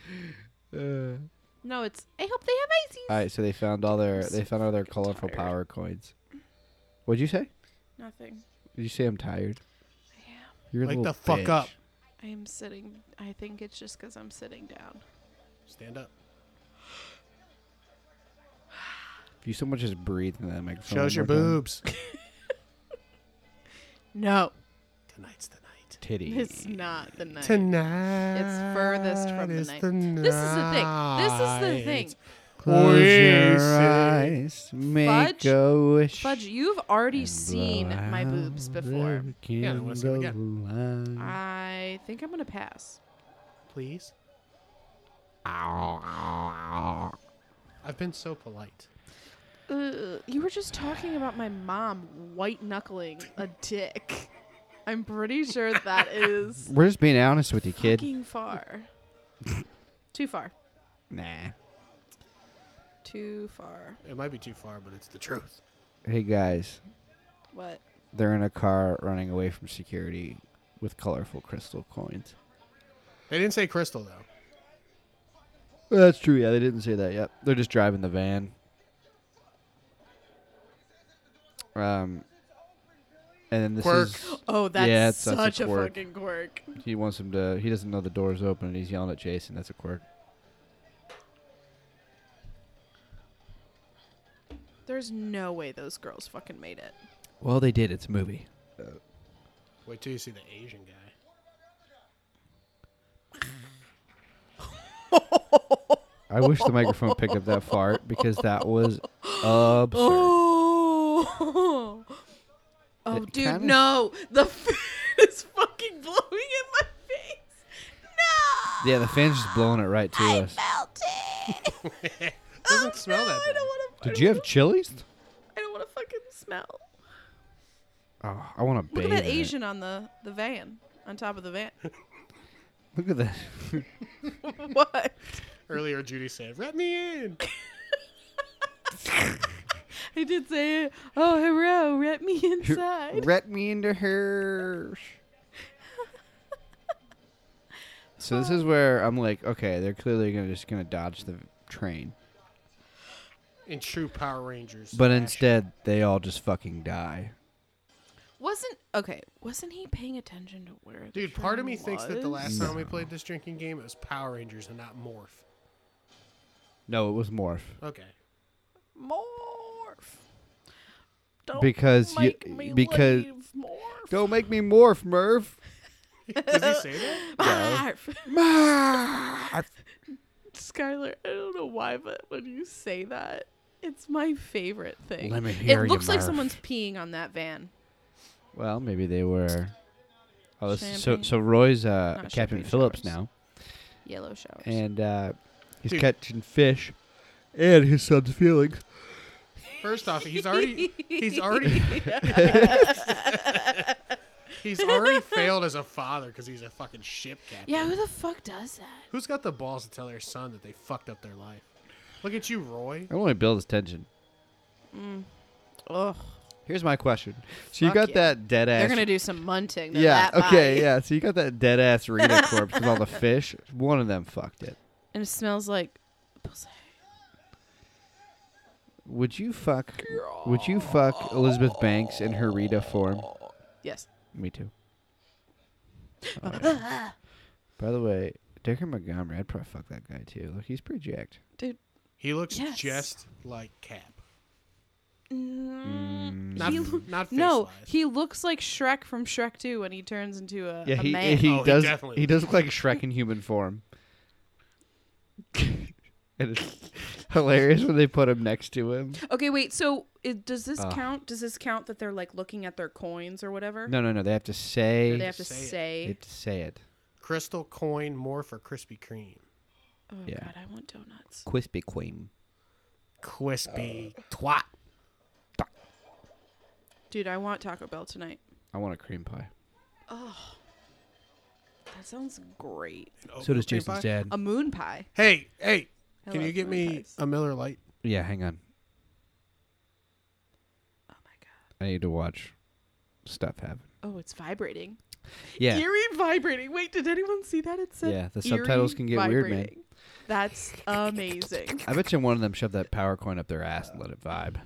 B: Uh,
C: No, it's. I hope they have icy.
B: all right, so they found all their they found all their colorful
C: tired.
B: power coins. What'd you say?
C: Nothing.
B: Did you say I'm tired?
C: I am.
B: You're a
A: Wake
B: little
A: the fuck
B: bitch.
A: up.
C: I am sitting. I think it's just because I'm sitting down.
A: stand up.
B: If you so much as breathe in that microphone,
A: Shows your
B: one more time.
A: boobs.
C: No,
A: Tonight's the night.
B: titty.
C: it's not the night.
A: Tonight.
C: It's furthest from the
A: is
C: night. This is the thing. This is the thing.
A: night.
B: Close
A: Oasis.
B: your eyes, make
C: Fudge?
B: a wish.
C: Fudge, you've already
B: and
C: seen
B: blow
C: my boobs
B: out
C: before.
B: every
A: I wanna see 'em
C: Ah.
B: candlelight.
C: I think I'm gonna pass.
A: Please. I've been so polite.
C: Uh, you were just talking about my mom white knuckling a dick. I'm pretty sure that is
B: We're just being honest with you, kid.
C: fucking far. Too far.
B: Nah.
C: Too far.
A: It might be too far, but it's the truth.
B: Hey guys,
C: What?
B: they're in a car running away from security with colorful crystal coins.
A: They didn't say crystal though.
B: That's true. Yeah, they didn't say that yet. They're just driving the van. Um, and then this
A: Quirk.
B: is
C: Oh, that's
B: Yeah, it's- that's a
C: such a,
B: quirk.
C: fucking quirk.
B: he wants him to. He doesn't know the door's open, and he's yelling at Jason. That's a quirk.
C: There's no way those girls fucking made it.
B: Well, they did. It's a movie.
A: Wait till you see the Asian guy.
B: I wish the microphone picked up that fart because that was absurd.
C: Oh. Oh,
B: It
C: dude,
B: kinda-
C: no. The fan is fucking blowing in my face. No.
B: Yeah, the fan's just blowing it right to us.
D: Melted.
A: Doesn't smell that
C: Oh, I
A: bad.
C: don't want to.
B: Did you have chilies?
C: I don't want to fucking smell.
B: Oh, I want to
C: Look
B: bathe.
C: at that
B: in it.
C: Asian on the the van, on top of the van.
B: Look at that.
C: what?
A: Earlier, Judy said, "Let me in."
C: I did say, it. "Oh, hello, let me inside."
B: Ret me into her. so this is where I'm like, okay, they're clearly gonna just gonna dodge the train,
A: In true Power Rangers.
B: but
A: fashion.
B: instead they all just fucking die.
C: Wasn't okay. Wasn't he paying attention to where? the
A: dude, part of me
C: train
A: thinks that the
C: was?
A: last time we played this drinking game, it was Power Rangers and not Morph.
B: No, it was morph
A: Okay,
C: morph. Don't
B: because you
C: make me
B: because
C: leave, morph.
B: don't make me morph, Merv.
A: does he say that?
C: Morph.
B: Merv.
C: Skylar, I don't know why, but when you say that, it's my favorite thing.
B: Let me hear
C: It
B: you,
C: looks like
B: Merv.
C: someone's peeing on that van.
B: Well, maybe they were. Oh, this- so
C: Champagne.
B: so Roy's uh,
C: Not
B: Captain
C: champagne
B: Phillips
C: showers.
B: now,
C: Yellow showers.
B: and uh, he's
A: Dude.
B: catching fish, and his son's feelings.
A: First off, he's already he's already he's already failed as a father because he's a fucking ship captain.
C: yeah, who the fuck does that?
A: Who's got the balls to tell their son that they fucked up their life? Look at you, Roy.
B: I want to build his tension.
C: Ugh.
B: Here's my question. So you
C: Fuck
B: got
C: yeah.
B: that dead ass.
C: They're gonna do some munting. to
B: yeah.
C: that
B: okay.
C: body.
B: Yeah. So you got that dead ass Rita corpse with all the fish. One of them fucked it.
C: And it smells like pussy.
B: Would you fuck? Would you fuck Elizabeth Banks in her Rita form?
C: Yes.
B: Me too. Oh, yeah. By the way, Decker Montgomery, I'd probably fuck that guy too. Look, he's pretty jacked.
C: Dude,
A: He looks
C: Yes.
A: just like Cap.
C: Mm,
A: Not,
C: he lo-
A: not face
C: no,
A: lies.
C: he looks like Shrek from Shrek 2 when he turns into a,
B: Yeah,
C: a
B: he
C: man.
B: he
A: Oh, he
B: does
A: definitely
B: he,
A: would.
B: does look like Shrek in human form. and it's hilarious when they put him next to him.
C: okay, wait. So it, does this
B: Ugh.
C: count? Does this count that they're like looking at their coins or whatever?
B: No, no, no. They have to say.
C: Or they have to
A: Say it.
C: say.
B: they have to say it.
A: Crystal coin more for Krispy Kreme.
C: oh
B: yeah.
C: God, I want donuts.
B: Quispy Queen.
A: Crispy twat.
C: Dude, I want Taco Bell tonight.
B: I want a cream pie.
C: That sounds great.
B: So does
A: Cream
B: Jason's
A: pie?
B: dad.
C: A moon pie.
A: Hey, hey,
C: I
A: can you
C: love
A: get
C: moon
A: me
C: pies.
A: a Miller Light?
B: yeah, hang on.
C: Oh my
B: I need to watch stuff happen.
C: god. Oh, it's vibrating.
B: Yeah.
C: Eerie vibrating. Wait, did anyone see that? It said.
B: Yeah, the
C: eerie
B: subtitles can get weird, man.
C: vibrating. That's amazing.
B: I bet you one of them shoved that power coin up their ass and let it vibe.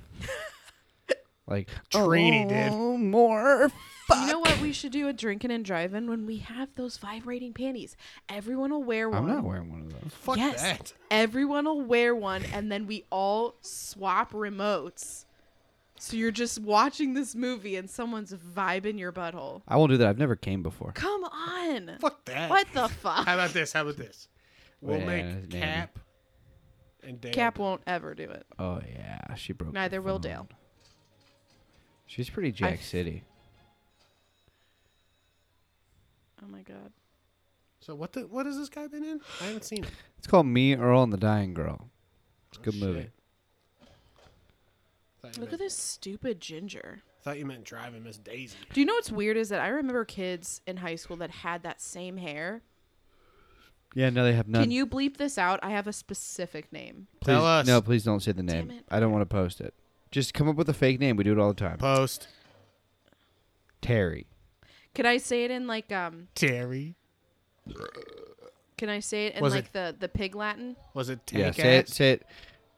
B: like
A: Trini did.
B: oh, more.
C: You know what we should do a drinking and driving when we have those vibrating panties. Everyone will wear one.
B: I'm not wearing one of those.
A: Fuck
C: yes.
A: that.
C: Everyone will wear one and then we all swap remotes. So you're just watching this movie and someone's vibing your butthole.
B: I won't do that. I've never came before.
C: Come on.
A: Fuck that.
C: What the fuck?
A: How about this? How about this? We'll
B: Yeah,
A: make
B: maybe.
A: Cap and Dan.
C: Cap won't ever do it.
B: Oh yeah, she broke.
C: Neither
B: her
C: will
B: phone.
C: Dale.
B: She's pretty Jack City.
C: Oh my god.
A: So what the what has this guy been in? I haven't seen him.
B: It's called Me, Earl, and the Dying Girl. It's a good
C: Oh,
A: shit.
B: movie.
A: Thought you,
C: Look
A: meant,
C: at this stupid ginger.
A: thought you meant driving Miss Daisy.
C: Do you know what's weird is that I remember kids in high school that had that same hair.
B: Yeah, no, they have none.
C: Can you bleep this out? I have a specific name.
B: please,
A: Tell us.
B: No, please don't say the name.
C: it.
B: I don't want to post it. Just come up with a fake name. We do it all the time.
A: Post
B: Terry.
C: Can I say it in like um
A: Terry.
C: Can I say it in
A: Was
C: like
A: it-
C: the the pig Latin?
A: Was it
B: yeah,
A: tank
B: say it.
A: ass?
B: Say it.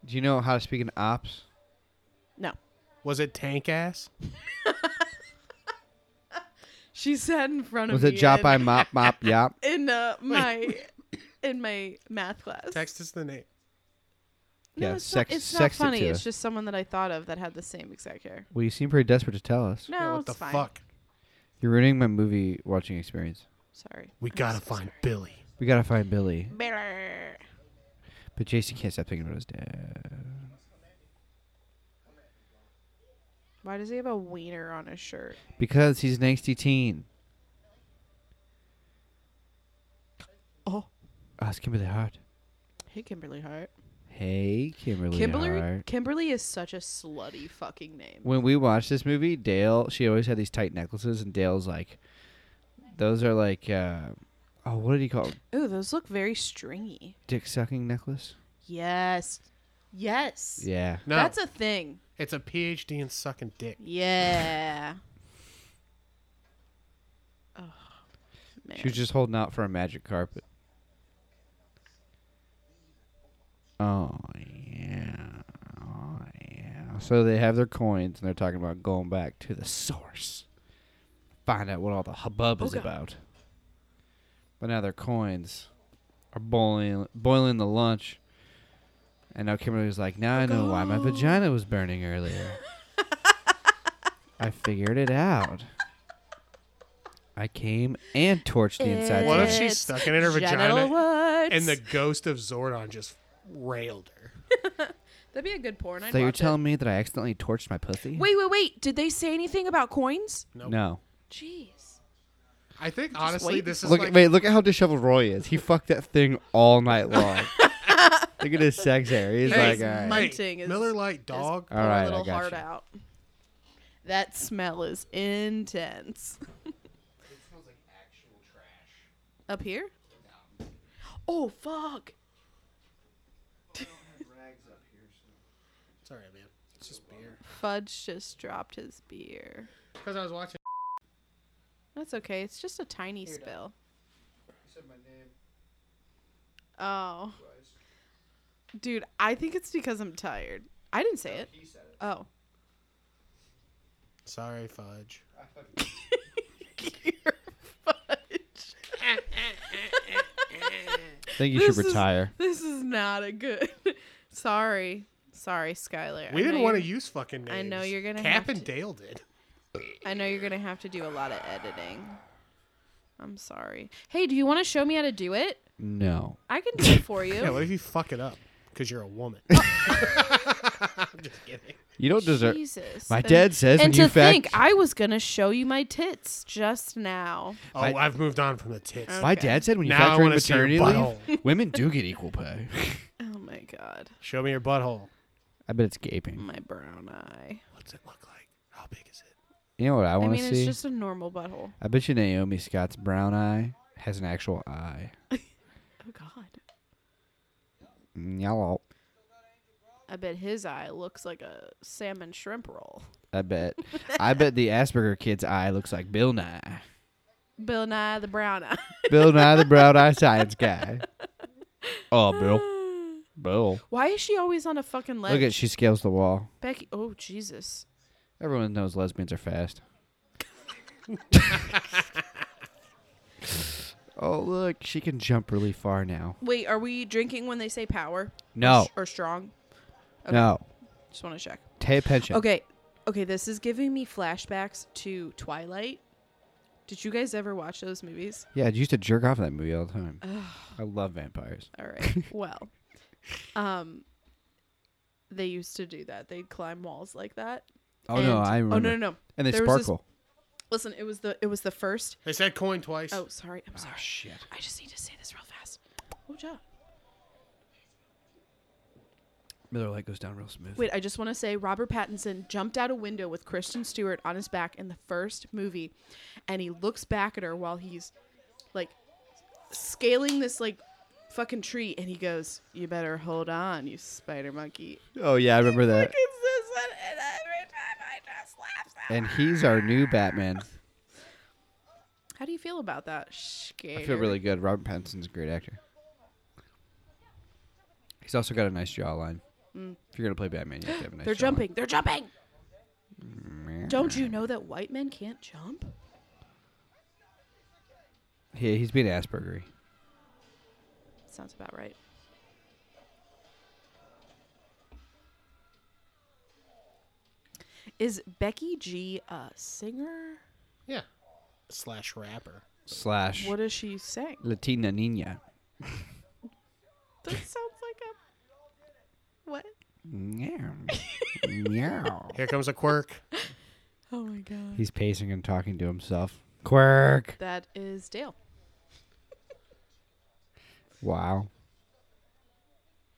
B: Do you know how to speak in ops?
C: No.
A: Was it tank ass?
C: She sat in front of
B: Was
C: me.
B: it jop I
C: in,
B: mop mop yop?
C: in uh, my in my math class?
A: Text us the name.
C: No,
B: Yeah,
C: it's
B: sex-
C: not, it's
B: sext it
C: not funny.
B: to
C: It's
B: us.
C: just someone that I thought of that had the same exact hair.
B: Well, you seem pretty desperate to tell us.
C: No,
A: Yeah, what
C: it's
A: the
C: fine.
A: fuck?
B: You're ruining my movie watching experience.
C: Sorry.
A: We
C: I'm
A: gotta
C: so
A: find Billy.
B: We gotta find Billy,
C: sorry. Brrr.
B: but Jason can't stop thinking about his dad.
C: Why does he have a wiener on his shirt?
B: Because he's an angsty teen.
C: Oh.
B: Oh, it's Kimberly Hart.
C: Hey, Kimberly Hart.
B: Hey, Kimberly
C: Kimberly.
B: Hart.
C: Kimberly is such a slutty fucking name.
B: When we watched this movie, Dale, she always had these tight necklaces, and Dale's like, those are like, uh, oh, what did he call it?
C: Ooh, those look very stringy.
B: Dick sucking necklace?
C: Yes. Yes.
B: Yeah.
A: No,
C: That's a thing.
A: it's a PhD in sucking dick.
C: Yeah. oh, man.
B: She was just holding out for a magic carpet. Oh, yeah. Oh, yeah. So they have their coins, and they're talking about going back to the source. Find out what all the hubbub is
C: Okay.
B: about. But now their coins are boiling, boiling the lunch. And now Kimberly's like, oh. now I know why my vagina was burning earlier. I figured it out. I came and torched the inside.
A: What if
B: out.
A: she
C: It's
A: stuck it in her
C: genital
A: vagina
C: warts.
A: and the ghost of Zordon just railed her?
C: That'd be a good porn. I'd
B: So you're
C: watch it.
B: telling me that I accidentally torched my pussy?
C: Wait, wait, wait. Did they say anything about coins?
A: Nope.
B: No.
C: Jeez.
A: I think honestly
C: wait.
A: this is
B: Look,
A: like
B: wait, look at how disheveled Roy is. He fucked that thing all night long. look at his sex hair. He's
A: Hey,
B: like, all right.
A: my-
C: Munting is-
A: Miller Lite dog.
B: All right, I
C: a little
B: got
C: hard
B: you.
C: out. That smell is intense. it smells like actual trash. Up here? Oh fuck.
A: Sorry, man. It's just beer.
C: Fudge just dropped his beer.
A: Because I was watching.
C: That's okay. It's just a tiny spill. Oh. Dude, I think it's because I'm tired. I didn't say it. Oh.
A: Sorry, Fudge.
C: You're fudge.
B: I think you should
C: this is-
B: retire.
C: This is not a good. Sorry. Sorry, Skylar.
A: We
C: I
A: didn't
C: know
A: want to
C: you're-
A: use fucking names.
C: I know you're gonna
A: Cap
C: have
A: and
C: to-
A: Dale did.
C: I know you're gonna have to do a lot of editing. I'm sorry. Hey, do you want to show me how to do it?
B: No.
C: I can do it for you.
A: Yeah, what if you fuck it up? Because you're a woman. I'm just kidding.
B: You don't deserve.
C: Jesus.
B: My
C: And-
B: dad says
C: And
B: when
A: E
B: you
C: to
B: fact-
C: think, I was gonna show you my tits just now.
A: Oh,
B: I-
A: I've moved on from the tits.
B: My
C: Okay.
B: dad said when you
A: Now I
B: factor in
A: wanna see your
B: maternity leave, women do get equal pay.
C: Oh my god,
A: Show me your butthole.
B: I bet it's gaping.
C: my brown eye.
A: What's it look like? How big is it?
B: You know what I
C: I,
B: want to
C: mean,
B: see?
C: it's just a normal butthole.
B: I bet you Naomi Scott's brown eye has an actual eye.
C: Oh god.
B: Y'all,
C: I bet his eye looks like a salmon shrimp roll.
B: I bet. I bet the Asperger kid's eye looks like Bill Nye.
C: Bill Nye the brown eye.
B: Bill Nye, the brown eye science guy. Oh, Bill. Bill.
C: Why is she always on a fucking ledge?
B: Look at she scales the wall.
C: Becky. Oh Jesus.
B: Everyone knows lesbians are fast. oh look, she can jump really far now.
C: Wait, are we drinking when they say power?
B: No.
C: Or strong?
B: No,
C: Just want to check.
B: pay attention.
C: Okay. Okay, this is giving me flashbacks to Twilight. Did you guys ever watch those movies?
B: Yeah, I used to jerk off that movie all the time. I love vampires.
C: All right. well, um, they used to do that. They'd climb walls like that.
B: Oh no,
C: And-
B: I remember.
C: Oh no, no, no.
B: And they
C: There was this-
B: sparkle.
C: Listen, it was the it was the first.
A: They said coin twice.
C: Oh, sorry. I'm sorry.
B: shit.
C: I just need to say this real fast. Oh, yeah.
B: Miller Lite goes down real smooth.
C: Wait, I just want to say Robert Pattinson jumped out a window with Kristen Stewart on his back in the first movie, and he looks back at her while he's like scaling this like fucking tree, and he goes, "You better hold on, you spider monkey."
B: Oh yeah, I remember that.
C: It's this one, and every time I just laugh. at-
B: And he's our new Batman.
C: How do you feel about that? Scared.
B: I feel really good. Robert Pattinson's a great actor. He's also got a nice jawline. If you're gonna play Batman, you have to have a nice.
C: Mm. They're
B: jawline.
C: jumping. They're jumping. Don't you know that white men can't jump?
B: Yeah, he's being Aspergery.
C: Sounds about right. Is Becky G a singer?
A: Yeah. Slash rapper.
B: Slash
C: What does she sing?
B: Latina Nina.
C: That sounds like a what?
B: Meow. Meow.
A: Here comes a quirk.
C: Oh my god.
B: He's pacing and talking to himself. Quirk.
C: That is Dale.
B: Wow.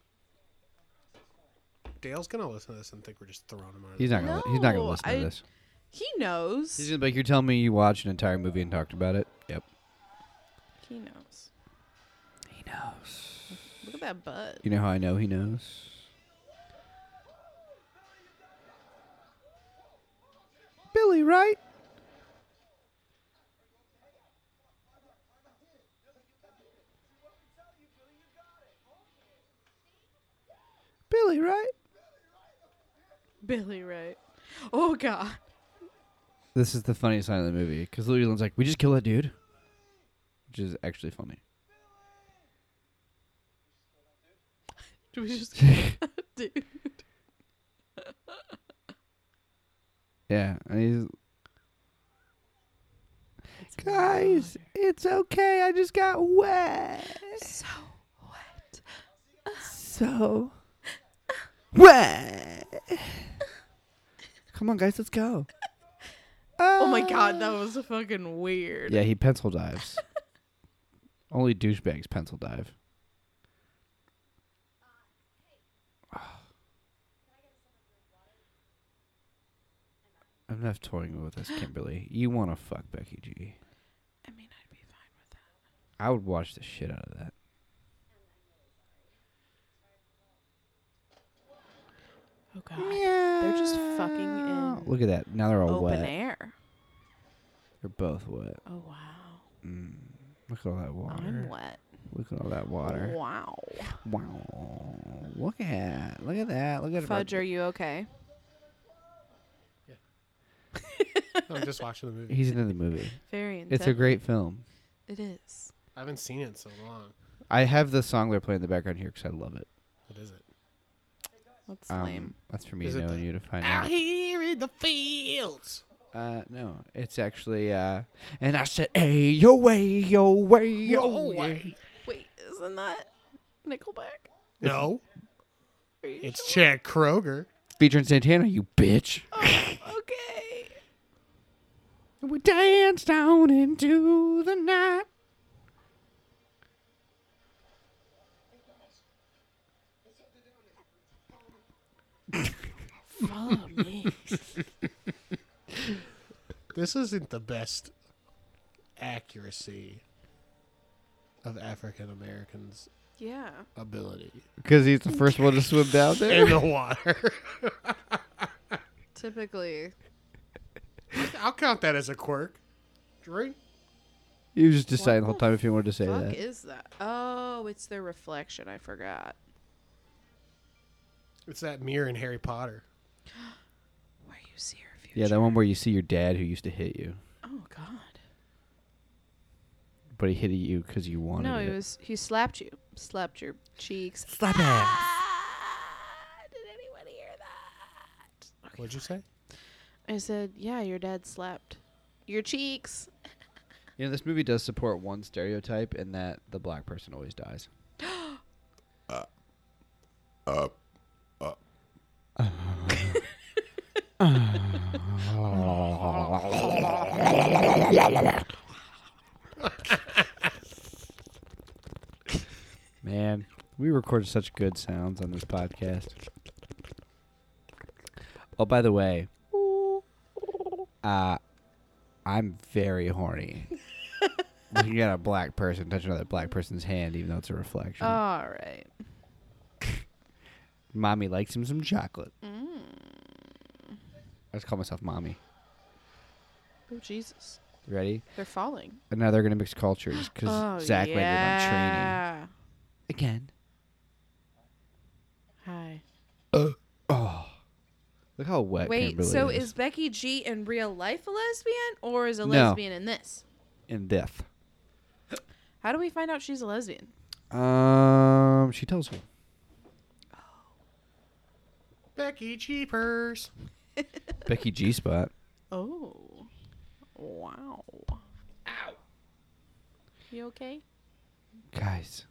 A: Dale's gonna listen to this and think we're just throwing him out.
B: He's not gonna. he's not gonna
C: No,
B: listen
C: I-
B: to this.
C: He knows.
B: He's gonna be like, "You're telling me you watched an entire movie and talked about it." Yep.
C: he knows.
B: He knows.
C: Look at that butt.
B: You know how I know he knows? Billy, right? Billy, right?
C: Billy Ray. Oh god.
B: This is the funniest line of the movie because Louis Lynn's like, "We just killed that dude," which is actually funny.
C: Do we just dude?
B: Yeah, and he's guys, it's okay. I just got wet.
C: So what?
B: So wet. Come on, guys, let's go.
C: Oh my god, that was fucking weird.
B: uh, Yeah, he pencil dives. Only douchebags pencil dive. I'm not toying with this, Kimberly. You want to fuck Becky G?
C: I mean, I'd be fine with that.
B: I would watch the shit out of that.
C: Oh god. They're just fucking in
B: Look at that. Now they're all
C: open
B: wet.
C: air.
B: They're both wet.
C: Oh wow.
B: Look at all that water.
C: I'm wet.
B: Look at all that water.
C: Wow.
B: Wow. Look at look at that. Look at our-
C: Fudge, are you okay?
A: I'm just watching the movie.
B: He's in the movie.
C: Very intense.
B: It's a great film.
C: It is.
A: I haven't seen it in so long.
B: I have the song they're playing in the background here because I love it.
A: What is it?
C: That's
B: Um,
C: lame.
B: That's for me
A: Is
B: to
A: it
B: know
A: the-
B: and you to find
A: Out
B: out.
A: here in the fields.
B: Uh, no, it's actually. Uh, and I said, "Hey, yo way, yo way, yo
C: Oh,
A: Yo
B: way."
A: way.
C: Wait, isn't that Nickelback?
A: No,
C: Are you
A: it's
C: sure?
A: Chad Kroger.
B: Featuring Santana, you bitch.
C: okay.
B: And we dance down into the night.
C: Follow me.
A: This isn't the best accuracy of African Americans'
C: yeah.
A: ability
B: Because he's the first one to swim down there.
A: in the water.
C: Typically.
A: I'll count that as a quirk. Drink.
B: You just decided the
C: What
B: whole
C: the
B: time if you wanted to say
C: Fuck
B: that.
C: is that? Oh, it's their reflection. I forgot.
A: It's that mirror in Harry Potter.
C: Where you see her future.
B: Yeah, that one where you see your dad who used to hit you,
C: Oh God.
B: but he hit you because you wanted
C: No,
B: it.
C: he was. He slapped you. Slapped your cheeks.
B: Slap ass.
C: Ah, Did anyone hear that?
A: What'd you say?
C: I said, yeah, your dad slapped your cheeks.
B: You know, this movie does support one stereotype, and that the black person always dies. Man, we record such good sounds on this podcast. Oh, by the way, uh, I'm very horny. Looking at a black person touch another black person's hand, even though it's a reflection.
C: All right.
B: Mommy likes him some chocolate.
C: Mm.
B: I just call myself mommy.
C: Oh Jesus,
B: You ready?
C: they're falling.
B: And now they're gonna mix cultures because
C: oh
B: Zach landed
C: yeah.
B: on training again.
C: Hi.
B: Look how wet.
C: Wait,
B: Kimberly
C: so
B: is,
C: is Becky G in real life a lesbian or is a
B: No.
C: lesbian in this?
B: in death.
C: How do we find out she's a lesbian?
B: Um, she tells me.
A: Becky Cheapers.
B: Becky G spot.
C: Oh. Wow. Ow. You okay?
B: Guys,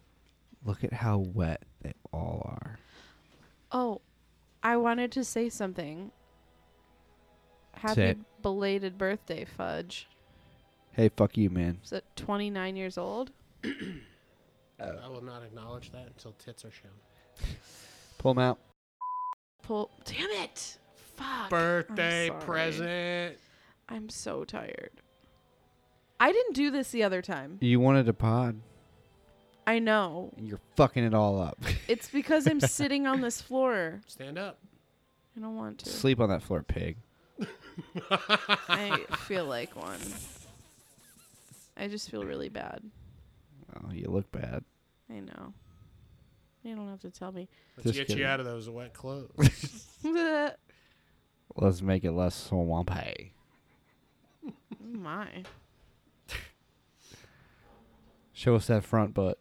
B: look at how wet they all are.
C: Oh, I wanted to say something. Happy
B: Say it.
C: belated birthday, Fudge.
B: Hey, fuck you, man.
C: Is it 29 years old?
B: Oh.
A: I will not acknowledge that until tits are shown.
B: Pull him out.
C: Pull. Damn it! Fuck.
A: Birthday
C: I'm sorry.
A: present.
C: I'm so tired. I didn't do this the other time.
B: You wanted a pod,
C: I know.
B: and you're fucking it all up.
C: It's because I'm sitting on this floor.
A: Stand up.
C: I don't want to.
B: Sleep on that floor, pig.
C: I feel like one. I just feel really bad.
B: Oh, you look bad.
C: I know. You don't have to tell me.
A: Let's
B: Just
A: get
B: kidding.
A: you out of those wet clothes.
C: oh
B: Let's make it less swampy.
C: my.
B: Show us that front butt.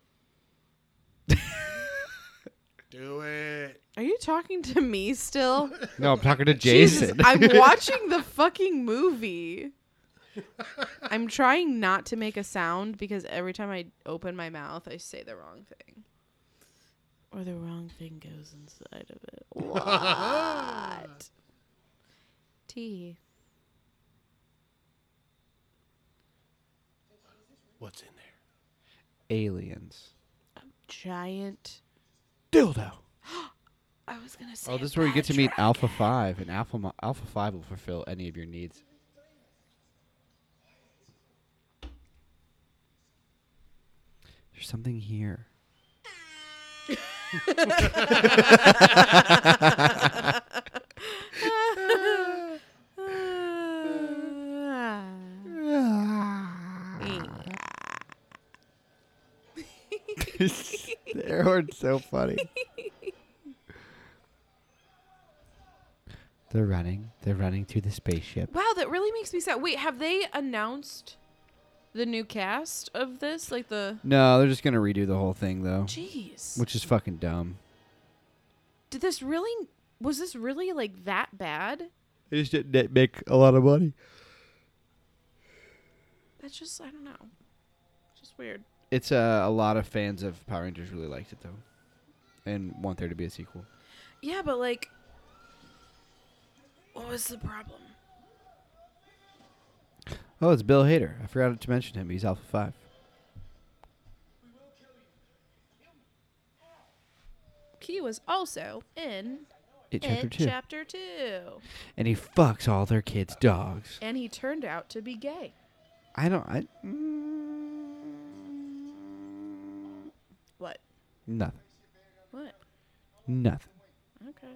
A: Do it.
C: Are you talking to me still?
B: No, I'm talking to
C: Jesus,
B: Jason.
C: I'm watching the fucking movie. I'm trying not to make a sound because every time I open my mouth, I say the wrong thing. Or the wrong thing goes inside of it. What? T.
A: What's in there?
B: Aliens.
C: Giant.
B: Dildo.
C: I was going to say.
B: Oh, this is where you get to meet Alpha Five, and Alpha Mo- Alpha Five will fulfill any of your needs. There's something here. the air horn's so funny. They're running. They're running to the spaceship.
C: Wow, that really makes me sad. Wait, have they announced the new cast of this? Like the.
B: No, they're just gonna redo the whole thing though,
C: Jeez.
B: which is fucking dumb.
C: Did this really was this really like that bad?
B: They just didn't make a lot of money.
C: That's just I don't know. It's Just weird.
B: It's uh, a lot of fans of Power Rangers really liked it though, and want there to be a sequel.
C: Yeah, but like what was the problem?
B: Oh, it's Bill Hader. I forgot to mention him. He's Alpha Five.
C: He was also in
B: It chapter
C: It
B: two,
C: chapter 2.
B: and he fucks all their kids' dogs.
C: And he turned out to be gay.
B: I don't. I mm,
C: What?
B: nothing.
C: What?
B: Nothing.
C: Okay.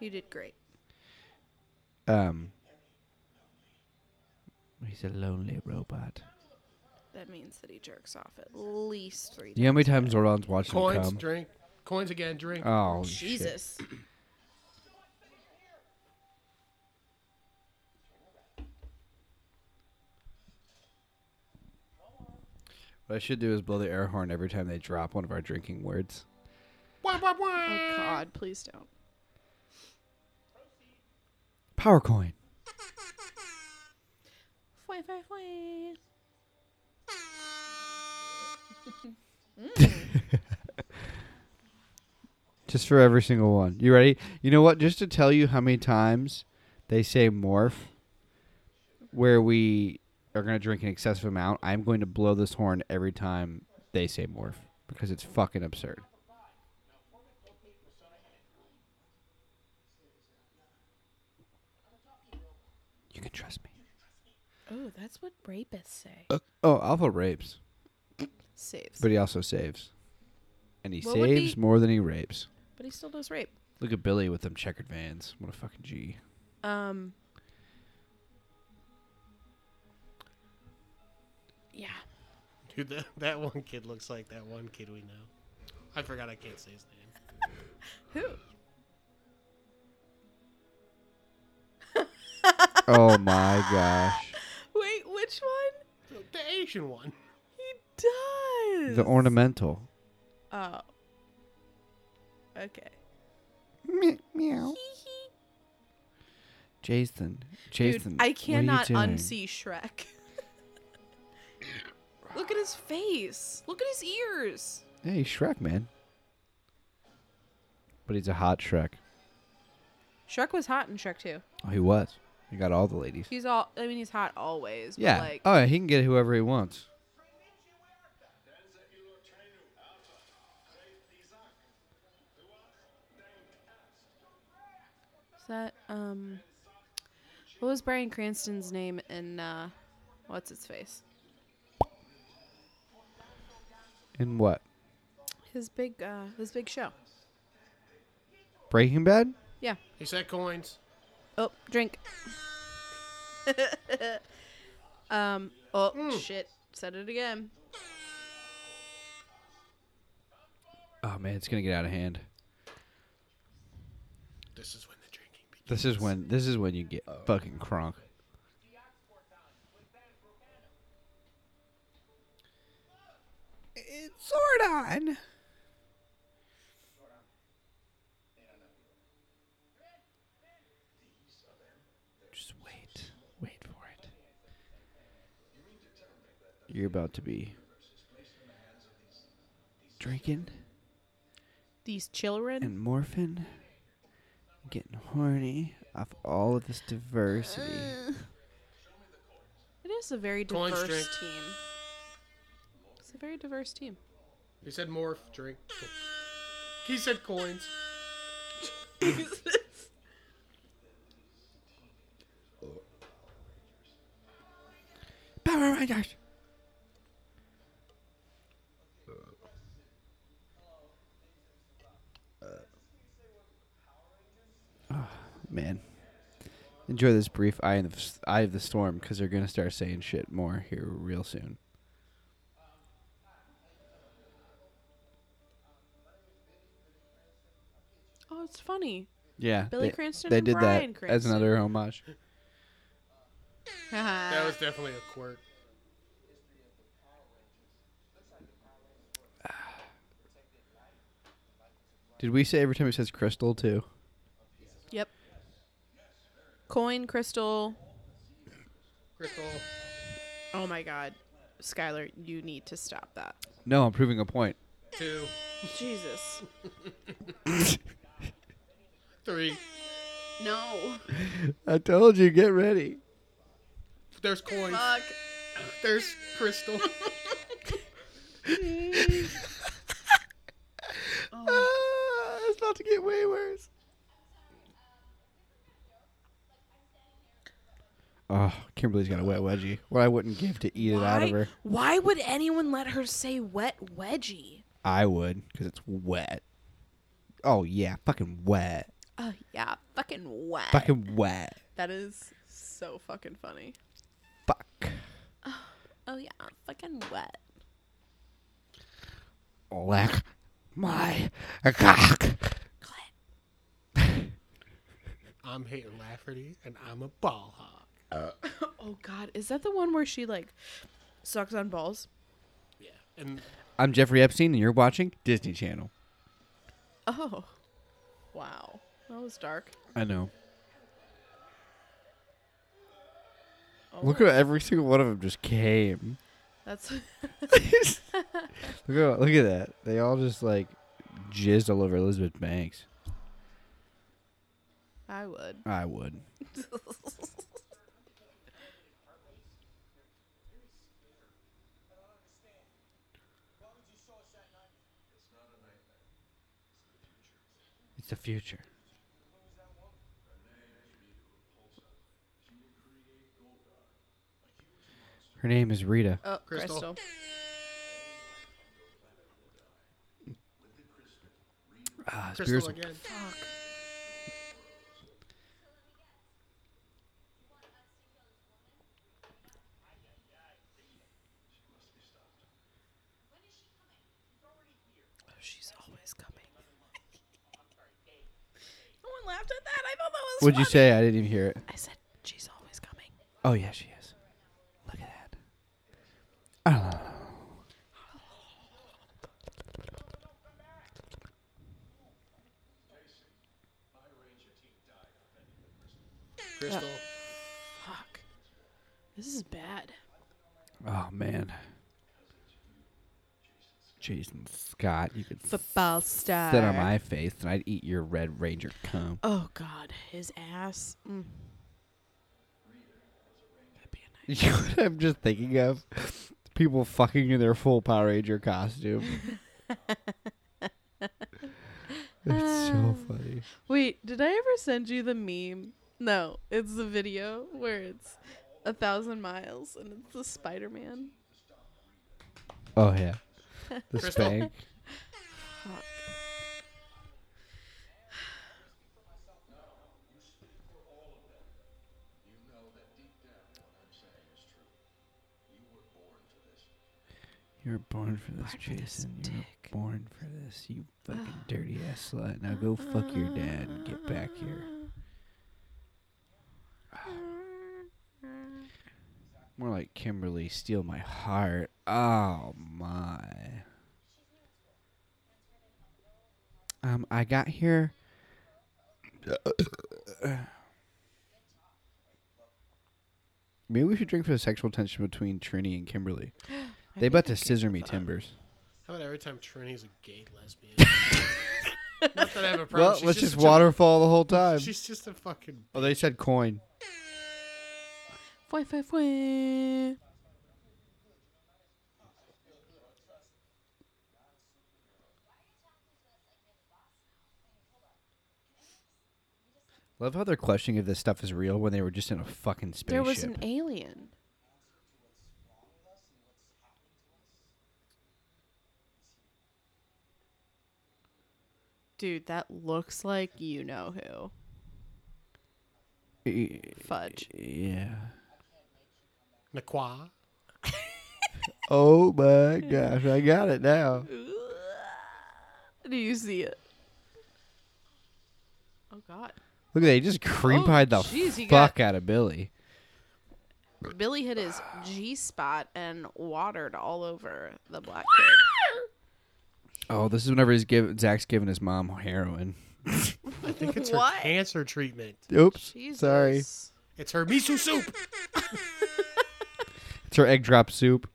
C: You did great.
B: Um. He's a lonely robot.
C: That means that he jerks off at least 3
B: You know how many times Zordon's watched him
A: Coins,
B: come?
A: drink. Coins again, drink.
B: Oh, shit.
C: Jesus.
B: What I should do is blow the air horn every time they drop one of our drinking words.
A: Wah, wah, wah.
C: Oh god, please don't.
B: Power coin.
C: Fway, fway, fway.
B: Just for every single one. You ready? You know what? Just to tell you how many times they say morph, where we are going to drink an excessive amount, I'm going to blow this horn every time they say morph because it's fucking absurd. You can trust me.
C: Oh, that's what rapists say.
B: Oh, Alpha rapes,
C: Saves.
B: but he also saves. And he
C: What would
B: saves
C: be-
B: more than he rapes.
C: but he still does rape.
B: Look at Billy with them checkered vans. What a fucking G.
C: Um. Yeah.
A: Dude, that, that one kid looks like that one kid we know. I forgot I can't say his name.
C: Who?
B: oh my gosh.
C: Wait, which one?
A: The Asian one.
C: He does.
B: The ornamental.
C: Oh. Okay.
B: Meow. Jason. Jason.
C: Dude,
B: what
C: I
B: are you
C: cannot
B: doing?
C: unsee Shrek. Look at his face. Look at his ears.
B: Hey, he's Shrek, man. But he's a hot Shrek.
C: Shrek was hot in Shrek too.
B: Oh, he was. He got all the ladies.
C: He's all. I mean, he's hot always. but,
B: yeah.
C: like,
B: oh, yeah, he can get whoever he wants.
C: Is that um what was Brian Cranston's name in uh what's its face?
B: And what?
C: His big uh his big show.
B: Breaking Bad?
C: Yeah.
A: He said coins.
C: Oh, drink. um oh
B: Hmm.
C: shit. Said it again.
B: Oh, man, it's going to get out of hand.
A: This is when the drinking begins.
B: This is when this is when you get fucking crunk. It's Zordon. Just wait, wait for it. You're about to be drinking
C: These children.
B: and morphing, getting horny off all of this diversity.
C: it is a very
A: Coin
C: diverse
A: drink.
C: team. It's a very diverse team.
A: He said morph, drink. He said coins.
B: Power Rangers. Oh, man, enjoy this brief eye of the, eye of the storm because they're gonna start saying shit more here real soon.
C: Oh, it's funny.
B: Yeah,
C: Billy
B: they,
C: Cranston
B: They
C: and
B: did
C: Bryan
B: that as another homage.
A: That was definitely a quirk.
B: Did we say every time it says crystal too?
C: Yep. Coin, crystal.
A: Crystal.
C: Oh my god. Skylar, you need to stop that.
B: No, I'm proving a point.
A: Two.
C: Jesus.
A: Three.
C: No.
B: I told you, get ready.
A: There's coins.
C: Fuck.
A: There's crystal.
B: Ah, it's about to get way worse. Oh, Kimberly's got a wet wedgie. What I wouldn't give to eat it out of her.
C: why would anyone let her say wet wedgie?
B: I would, because it's wet. Oh yeah, fucking wet.
D: Oh, yeah. Fucking wet.
B: Fucking wet.
C: That is so fucking funny.
B: Fuck.
D: Oh, yeah. Fucking wet.
B: Lick my cock.
A: I'm hating Lafferty, and I'm a ball hog.
C: Oh god, is that the one where she like sucks on balls?
A: Yeah. And
B: I'm Jeffrey Epstein, and you're watching Disney Channel.
C: Oh. Wow. That was dark.
B: I know.
C: Oh,
B: Look at every single one of them just came.
C: that's
B: Look at look at that. They all just like jizzed all over Elizabeth Banks.
C: I would.
B: I would. it's the future. Her name is Rita.
C: Oh,
A: Crystal.
C: Crystal.
B: Ah, it's
A: crystal
B: Beer's-
A: again.
C: Fuck. Oh, she's always coming. no one laughed at that. I thought that was.
B: What'd you say? I didn't even hear it.
C: I said she's always coming.
B: Oh yeah, she is. Look at that.
A: Crystal.
C: Fuck. This is bad.
B: Oh man. Jason Scott, you could sit
C: Football star.
B: on my face and I'd eat your Red Ranger cum.
C: Oh God, his ass. Mm. That'd be a nice.
B: You know what I'm just thinking of? People fucking in their full Power Ranger costume. That's so funny.
C: Wait, did I ever send you the meme? No, it's the video where it's a thousand miles and it's the Spider Man.
B: Oh yeah. The
A: Crystal.
B: spank.
C: Fuck.
B: You were born for this,
C: Born for this
B: Jason. you
C: dick.
B: were born for this, you fucking dirty ass slut. Now go fuck your dad and get back here. More like Kimberly, steal my heart. Oh my. Um, I got here. Maybe we should drink for the sexual tension between Trini and Kimberly. They about to scissor me timbers.
A: How about every time Trini's a gay lesbian? Not that I have a problem.
B: Well,
A: she's
B: let's just
A: a-
B: waterfall the whole time.
A: She's just a fucking.
B: Oh, they said coin.
C: Fui, fui, fui.
B: Love how they're questioning if this stuff is real when they were just in a fucking spaceship.
C: There was an alien. Dude, that looks like you know who. Fudge.
B: yeah.
A: Nakwa.
B: Oh my gosh, I got it now.
C: Do you see it? Oh God!
B: Look at that, he just cream
C: Oh,
B: pied the
C: jeez, he got-
B: fuck out of Billy.
C: Billy hit his G spot and watered all over the black kid.
B: Oh, this is whenever he's give Zach's giving his mom heroin.
A: I think it's
C: What?
A: her cancer treatment.
B: Oops.
C: Jesus.
B: Sorry.
A: It's her miso soup.
B: It's her egg drop soup.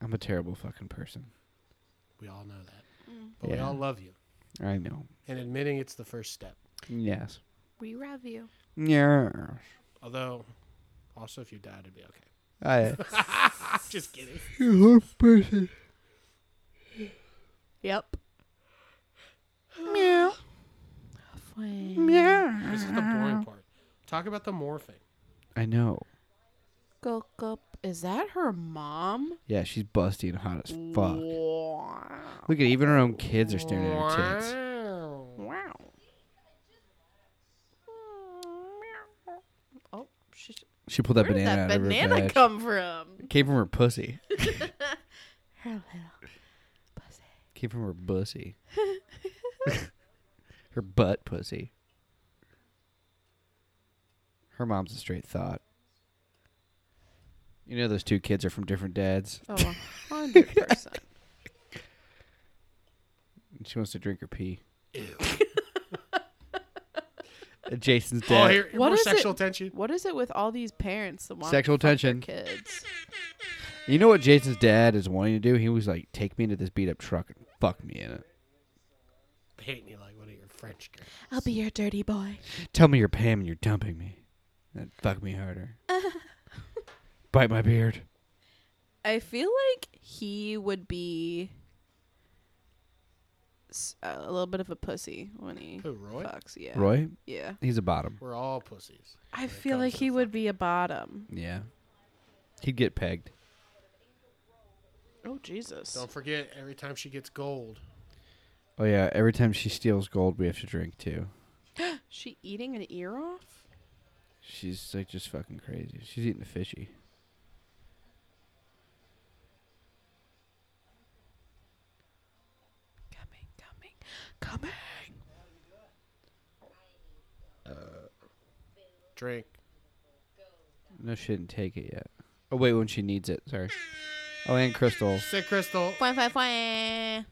B: I'm a terrible fucking person.
A: We all know that. But we
B: Yeah.
A: all love you.
B: I know.
A: And admitting it's the first step.
B: Yes.
D: We love you.
B: Yeah.
A: Although, also, if you die, it'd be okay.
B: I
A: Just kidding.
B: person.
C: Yep.
B: Meow.
A: This is the boring part. Talk about the morphing.
B: I know.
C: Go go. Is that her mom?
B: Yeah, she's busty and hot as fuck.
C: Wow.
B: Look at even her own kids are staring at her tits.
C: Wow. Oh, she,
B: She pulled that
C: where did
B: banana
C: that
B: out of her
C: banana
B: vag.
C: come from?
B: Came from her pussy.
C: Her little
B: Came from her pussy. her butt pussy. Her mom's a straight thought. You know those two kids are from different dads.
C: Oh, a hundred percent.
B: and She wants to drink her pee. Uh, Jason's dad.
A: Oh, here,
C: What
A: more
C: is
A: sexual
C: it-
A: tension.
C: What is it with all these parents that want
B: Sexual
C: to fuck their
B: tension.
C: kids?
B: You know what Jason's dad is wanting to do? He was like, take me into this beat up truck and fuck me in it.
A: Painting you like one of your French girls.
C: I'll be your dirty boy.
B: Tell me you're Pam and you're dumping me. And fuck me harder. Bite my beard.
C: I feel like he would be s- a little bit of a pussy when he
A: Who, Roy?
C: fucks. Yeah.
B: Roy,
C: Yeah.
B: he's a bottom.
A: We're all pussies.
C: I
A: it
C: feel
A: comes
C: like
A: to
C: he would be a bottom.
B: Yeah. He'd get pegged.
C: Oh Jesus.
A: Don't forget, every time she gets gold,
B: Oh, yeah. Every time she steals gold, we have to drink too.
C: She eating an ear off?
B: She's like just fucking crazy. She's eating a fishy.
C: Coming, coming, coming.
A: drink.
B: No, she didn't take it yet. Oh, wait, when she needs it. Sorry. Oh, and Crystal.
A: Sick Crystal.
D: Fwah, fwah, fwah.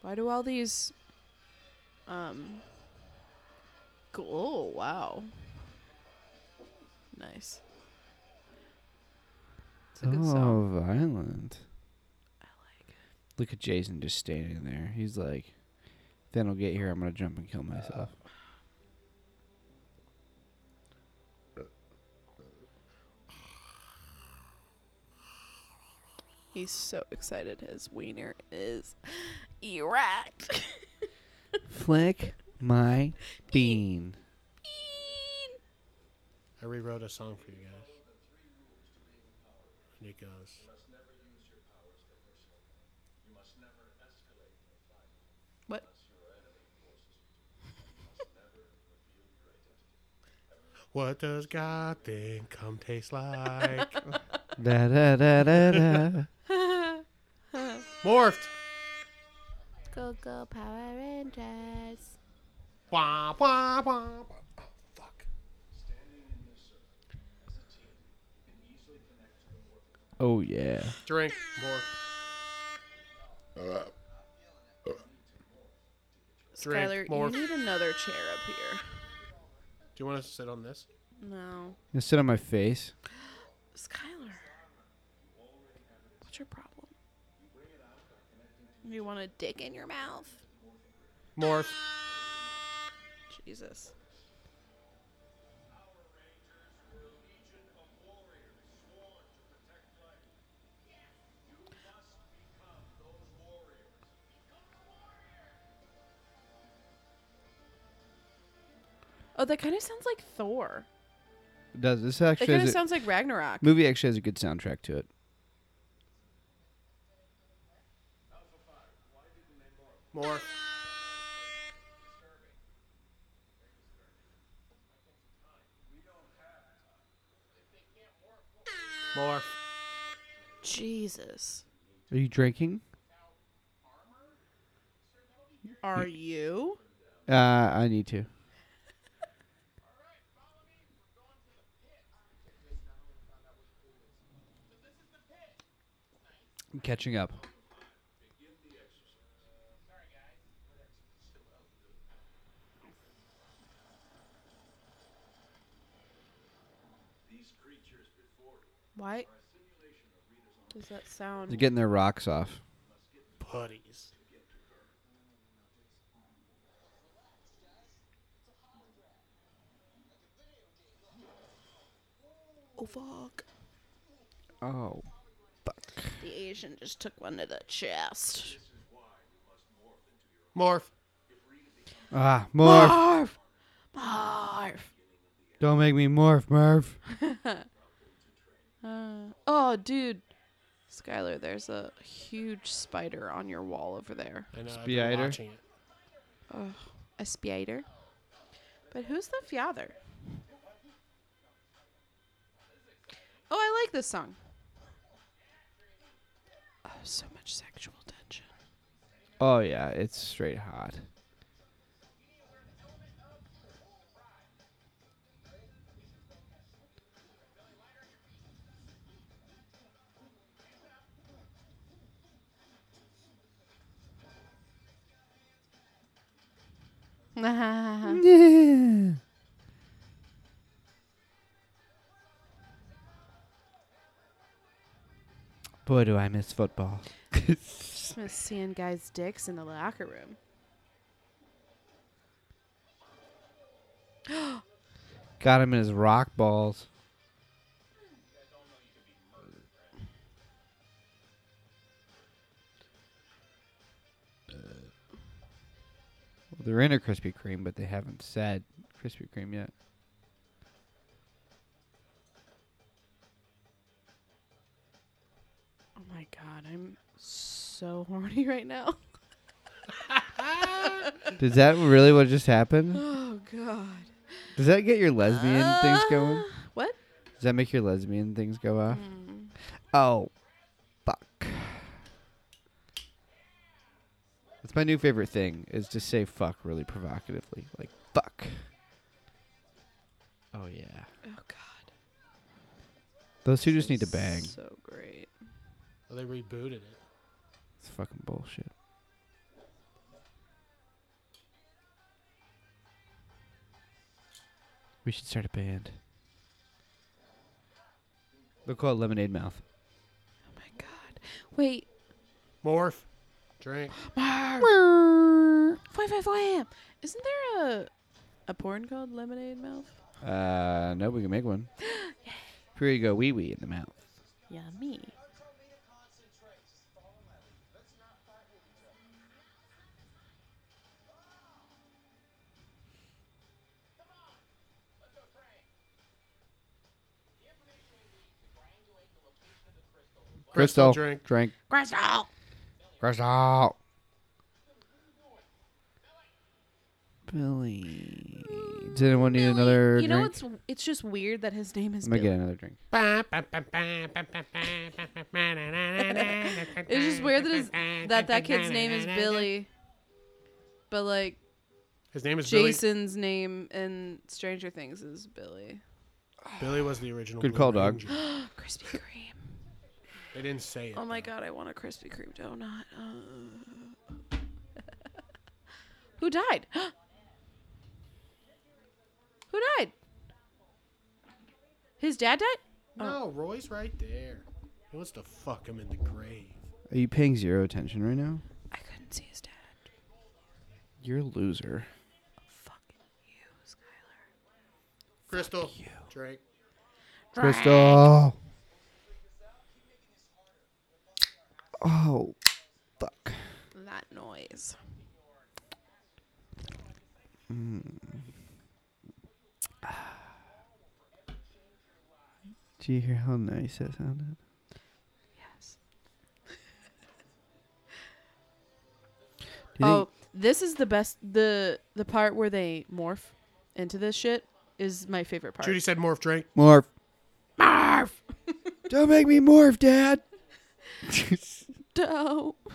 C: Why do all these um go- oh wow. Nice. It's a good song.
B: Oh, violent.
C: I like it.
B: Look at Jason just standing there. He's like, then I'll get here. I'm going to jump and kill myself.
C: He's so excited his wiener is erect.
B: Flick my bean.
A: I rewrote a song for you guys. And it goes.
C: what?
A: What does God think come taste like?
B: Da da da da da.
A: Morphed.
D: Go, go, Power Rangers.
A: Wah, wah, wah. Oh, fuck.
B: Oh, yeah.
A: Drink more. Drink
C: Skylar,
A: more.
C: you need another chair up here.
A: Do you want us to sit on this?
C: No.
B: You sit on my face.
C: Skylar. What's your problem? You want a dick in your mouth?
A: Morph.
C: Jesus. Oh, that kind of sounds like Thor.
B: Does this
C: That
B: actually?
C: kind of
B: Has a,
C: sounds like Ragnarok.
B: movie actually has a good soundtrack to it.
A: Morph. Morph.
C: Jesus.
B: Are you drinking?
C: Are you?
B: Uh, I need to. I'm catching up.
C: Why does that sound?
B: They're getting their rocks off.
A: Putties.
C: Oh fuck!
B: Oh.
C: The Asian just took one to the chest.
A: Morph.
B: Ah, morph.
C: Barf! Barf!
B: Don't make me morph, Murph.
C: Uh, oh, dude, Skylar, there's a huge spider on your wall over there.
A: I know. I've
B: Spider.
A: been watching it.
C: A spider. But who's the father? Oh, I like this song. Oh, so much sexual tension.
B: Oh yeah, it's straight hot. Yeah. Boy, do I miss football.
C: Just miss seeing guys' dicks in the locker room.
B: Got him in his rock balls. Well, they're in a Krispy Kreme, but they haven't said Krispy Kreme yet.
C: Oh my god, I'm so horny right now.
B: Is that really what just happened?
C: Oh god. Uh,
B: Does that get your lesbian things going?
C: What?
B: Does that make your lesbian things go off? Oh, fuck. That's my new favorite thing is to say fuck really provocatively. Like, fuck. Oh, yeah.
C: Oh god.
B: Those two just need to bang.
C: So great.
A: Well, they rebooted it.
B: It's fucking bullshit. We should start a band. They'll call it Lemonade Mouth.
C: Oh my god. Wait.
A: Morph. Drink.
C: Marv. Foy, foy, foy. Isn't there a a porn called Lemonade Mouth?
B: Uh, no, we can make one. Here you go, wee wee in the mouth.
C: Yummy.
A: Crystal drink.
B: Drink.
C: Crystal.
B: Crystal. Billy. Does anyone need another
C: You know
B: drink?
C: it's it's just weird that his name is
B: I'm gonna get
C: Billy.
B: another drink.
C: It's just weird that his, that that kid's name is Billy. But like
A: His name is
C: Jason's name in Stranger Things is Billy.
A: Billy. Billy was the original.
B: Good
A: Blue
B: call, dog.
A: Ranger.
C: Oh, Krispy Kreme.
A: They didn't say it.
C: Oh my
A: though.
C: god, I want a Krispy Kreme donut. Uh. Who died? Who died? His dad died?
A: No, Roy's right there. He wants to fuck him in the grave.
B: Are you paying zero attention right now?
C: I couldn't see his dad.
B: You're a loser.
C: Fucking you, Skylar.
A: Crystal. Drink.
B: Crystal. Oh, fuck.
C: That noise.
B: Do you hear how nice that sounded?
C: Yes.
B: Do you
C: Oh, this is the best the the part where they morph into this shit is my favorite part.
A: Judy said morph drink.
B: think- morph.
C: Morph.
B: Don't make me morph, Dad.
C: Dope.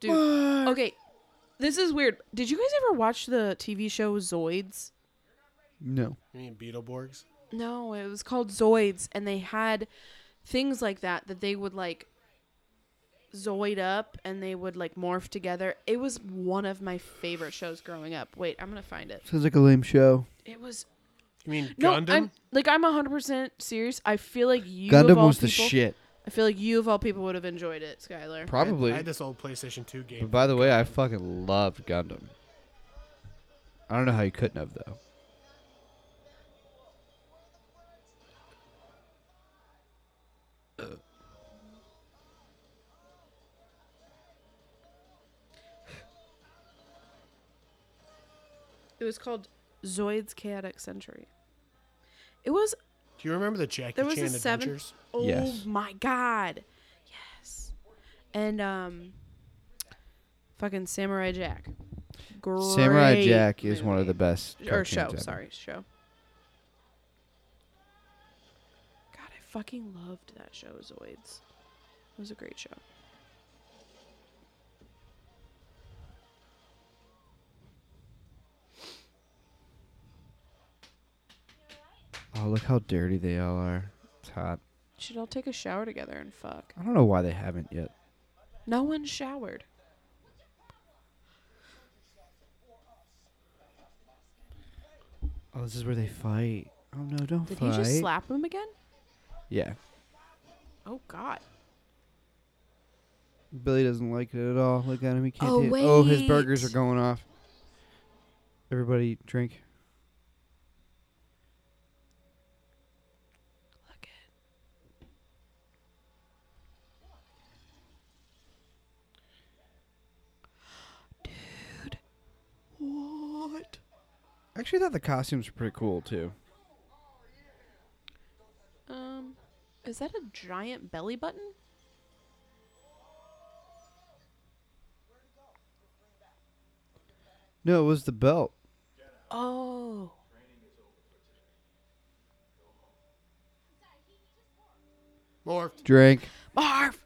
C: Dude,
B: Morph.
C: Okay, this is weird. Did you guys ever watch the TV show Zoids?
B: No.
A: You mean Beetleborgs?
C: No, it was called Zoids, and they had things like that that they would like zoid up and they would like morph together. It was one of my favorite shows growing up. Wait, I'm gonna find it.
B: Sounds like a lame show.
C: It was
A: You mean
C: no,
A: Gundam?
C: I'm like I'm 100 percent serious. I feel like you of
B: Gundam
C: all
B: was the
C: people-
B: shit.
C: I feel like you of all people would have enjoyed it, Skylar.
B: Probably.
A: I had this old PlayStation 2
B: But
A: game.
B: by the way, I fucking loved Gundam. I don't know how you couldn't have though.
C: It was called Zoid's Chaotic Century. It was
A: Do you remember the Jackie
C: there was
A: Chan
C: a seven.
A: Adventures?
C: Oh
B: Yes.
C: my god. Yes. And um fucking Samurai Jack.
B: Samurai
C: Great
B: Jack is one of
C: movie.
B: the best.
C: or
B: cartoons
C: show,
B: ever.
C: sorry, show. God, I fucking loved that show, Zoids. It was a great show.
B: Oh, look how dirty they all are. It's hot.
C: Should all take a shower together and fuck.
B: I don't know why they haven't yet.
C: No one showered.
B: Oh, this is where they fight. Oh no, don't
C: Did
B: fight.
C: he just slap him again?
B: Yeah.
C: Oh god.
B: Billy doesn't like it at all. Look at him. He can't
D: Oh,
B: do it. Oh, his burgers are
D: wait.
B: going off. Everybody drink.
C: Look at Dude. What?
B: I actually thought the costumes were pretty cool too.
C: Um is that a giant belly button?
B: No, it was the belt.
C: Oh.
A: Morphed.
B: Drink.
C: Marv.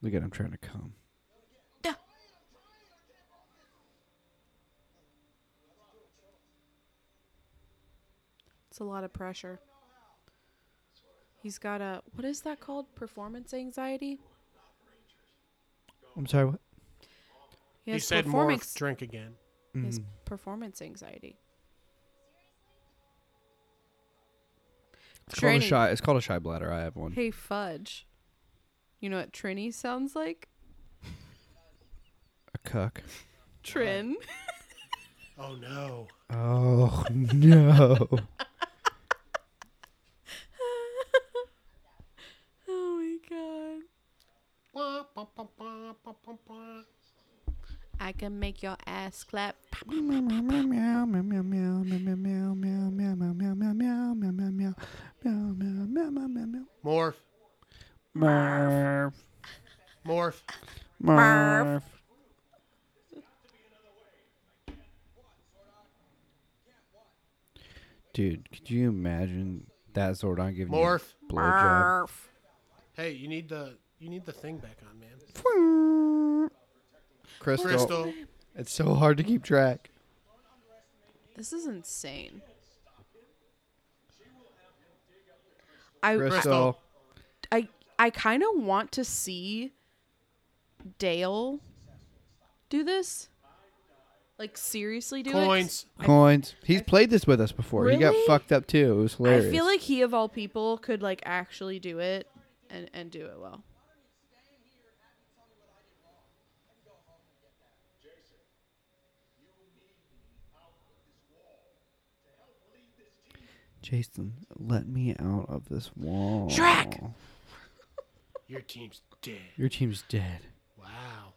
B: Look at him trying to come.
C: Duh. It's a lot of pressure. He's got a what is that called? Performance anxiety.
B: I'm sorry. What?
A: he
C: He has
A: said morph,
C: performance.
A: drink again.
C: he has
B: Mm.
C: performance anxiety.
B: It's called a
C: Training.
B: shy. It's called a shy bladder. I have one.
C: Hey fudge. You know what trinny sounds like?
B: Uh-huh. A cuck.
C: Trin.
A: Oh no.
B: Oh no.
C: oh my god.
A: Wah, bah, bah, bah, bah, bah, bah.
C: I can make your ass clap.
A: Morph.
B: Marv.
A: Morph.
B: Marv. Dude, could you imagine that Zordon giving
A: Morph.
B: you a blowjob?
A: Hey, you need the you need the thing back on, man.
B: Crystal.
A: Crystal.
B: It's so hard to keep track.
C: This is insane. I
B: Crystal.
C: I I kind of want to see Dale do this. Like seriously do it, 'cause
A: Coins.
B: Coins. He's played this with us before. He got
C: Really?
B: fucked up too. It was hilarious.
C: I feel like he of all people could like actually do it and and do it well.
B: Jason, let me out of this wall.
C: Shrek!
A: Your team's dead.
B: Your team's dead.
A: Wow.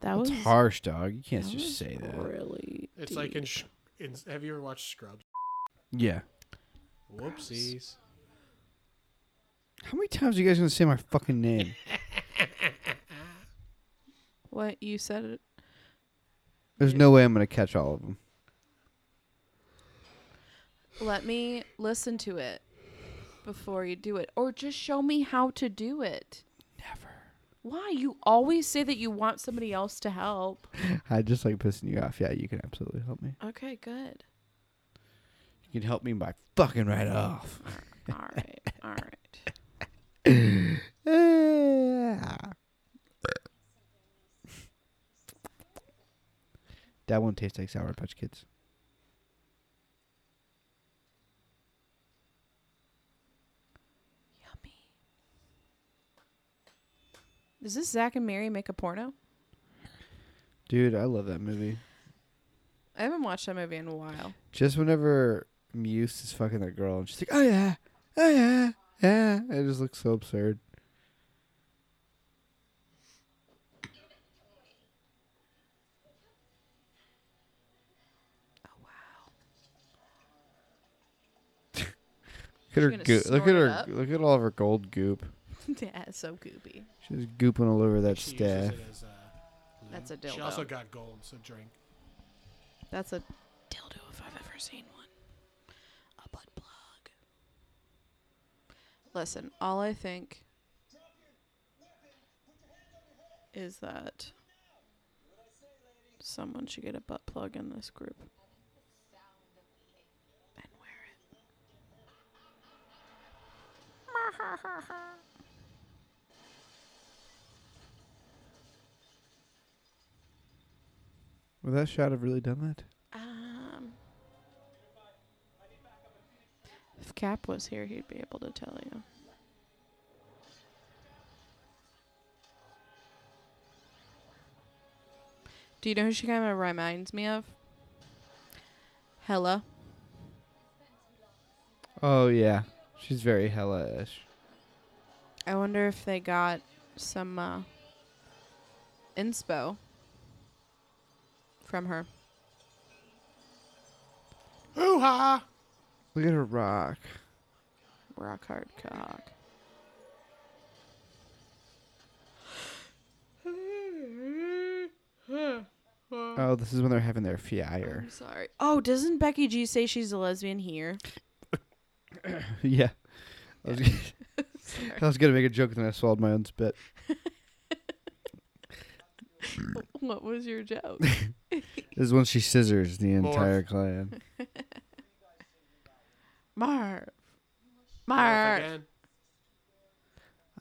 C: That was
B: It's harsh, dog. You can't
C: that
B: just
C: was
B: say that.
C: Really.
A: It's like in,
C: deep.
A: Sh- in. Have you ever watched Scrubs?
B: Yeah.
A: Whoopsies.
B: How many times are you guys gonna say my fucking name?
C: what you said it.
B: There's no way I'm gonna catch all of them.
C: Let me listen to it before you do it or just show me how to do it.
B: Never.
C: Why? You always say that you want somebody else to help.
B: I just like pissing you off. Yeah, you can absolutely help me.
C: Okay, good.
B: You can help me by fucking right off.
C: All right. All right.
B: Ah. that one tastes like Sour Patch Kids.
C: Yummy. Does this Zach and Mary make a porno?
B: Dude, I love that movie.
C: I haven't watched that movie in a while.
B: Just whenever Muse is fucking that girl and she's like, oh yeah, oh yeah, yeah. It just looks so absurd.
C: Oh wow.
B: Look at her
C: gonna
B: goop. Look at
C: snort it
B: her.
C: up?
B: Look at all of her gold goop.
C: yeah, it's so goopy.
B: She's gooping all over that
A: She uses
B: staff.
A: it as a lube.
C: That's a
A: She also
C: dildo.
A: got gold, so drink.
C: That's a dildo if I've ever seen one. A butt plug. Listen, all I think is that someone should get a butt plug in this group and wear
B: Would that shot have really done that?
C: it. Um, if Cap was here, he'd be able to tell you. Do you know who she kind of reminds me of? Hella.
B: Oh yeah, she's very hellish.
C: I wonder if they got some uh, inspo from her.
A: Hoo ha!
B: Look at her rock.
C: Rock hard cock.
B: Oh, this is when they're having their fire.
C: I'm sorry. Oh, doesn't Becky G say she's a lesbian here? Um,
B: yeah. I was, I was gonna make a joke, then I swallowed my own spit.
C: What was your joke?
B: This is when she scissors the
A: Morph.
B: entire clan.
A: Morph
C: Marv. Marv.
A: again.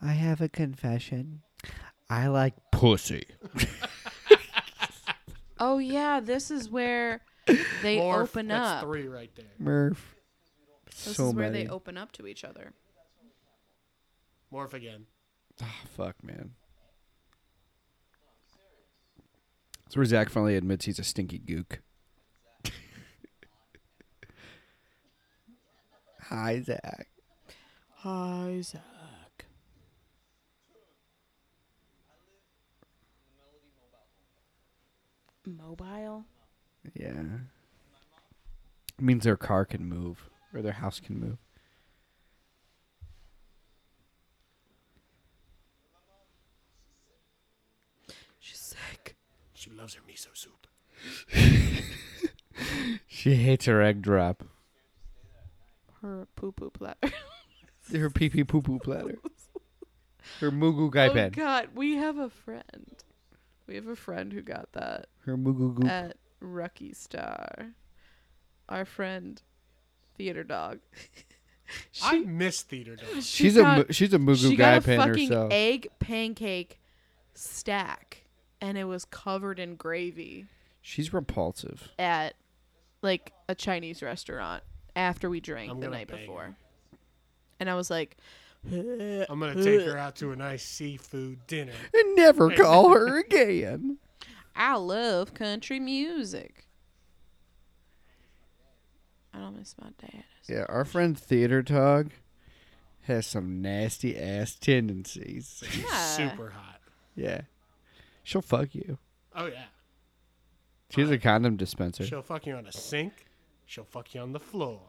B: I have a confession. I like pussy.
C: Oh yeah, this is where they
A: Morph,
C: open
A: that's
C: up.
A: three right there.
B: Murph.
C: This
B: so
C: is where
B: many.
C: they open up to each other.
A: Morph again.
B: Ah, fuck, man. That's where Zach finally admits he's a stinky gook. Hi, Zach.
C: Isaac. Mobile.
B: Yeah. It means their car can move or their house can move.
C: She's sick.
A: She loves her miso soup.
B: She hates her egg drop.
C: Her poo poo Oh, platter.
B: Her pee pee poo poo platter. Her mugu guy
C: oh
B: pad.
C: God, we have a friend. We have a friend who got that
B: Her mugu goop.
C: at Rucky Star. Our friend, theater dog. she,
A: I miss theater dog.
C: she
B: she's
C: got-
B: a mu- she's a mugu
C: she
B: guy
C: got a
B: pan
C: fucking
B: herself.
C: egg pancake stack, and it was covered in gravy
B: She's repulsive.
C: at like a Chinese restaurant after we drank
A: I'm
C: the
A: gonna
C: night
A: bang
C: before.
A: her.
C: And I was like,
A: I'm gonna take her out to a nice seafood dinner.
B: And never call her again.
C: I love country music. I don't miss my dad.
B: Yeah, our friend Theater Tog has some nasty ass tendencies.
A: Like, she's
C: Yeah.
A: super hot.
B: Yeah. She'll fuck you.
A: Oh yeah.
B: She's a condom dispenser.
A: She'll fuck you on a sink. She'll fuck you on the floor.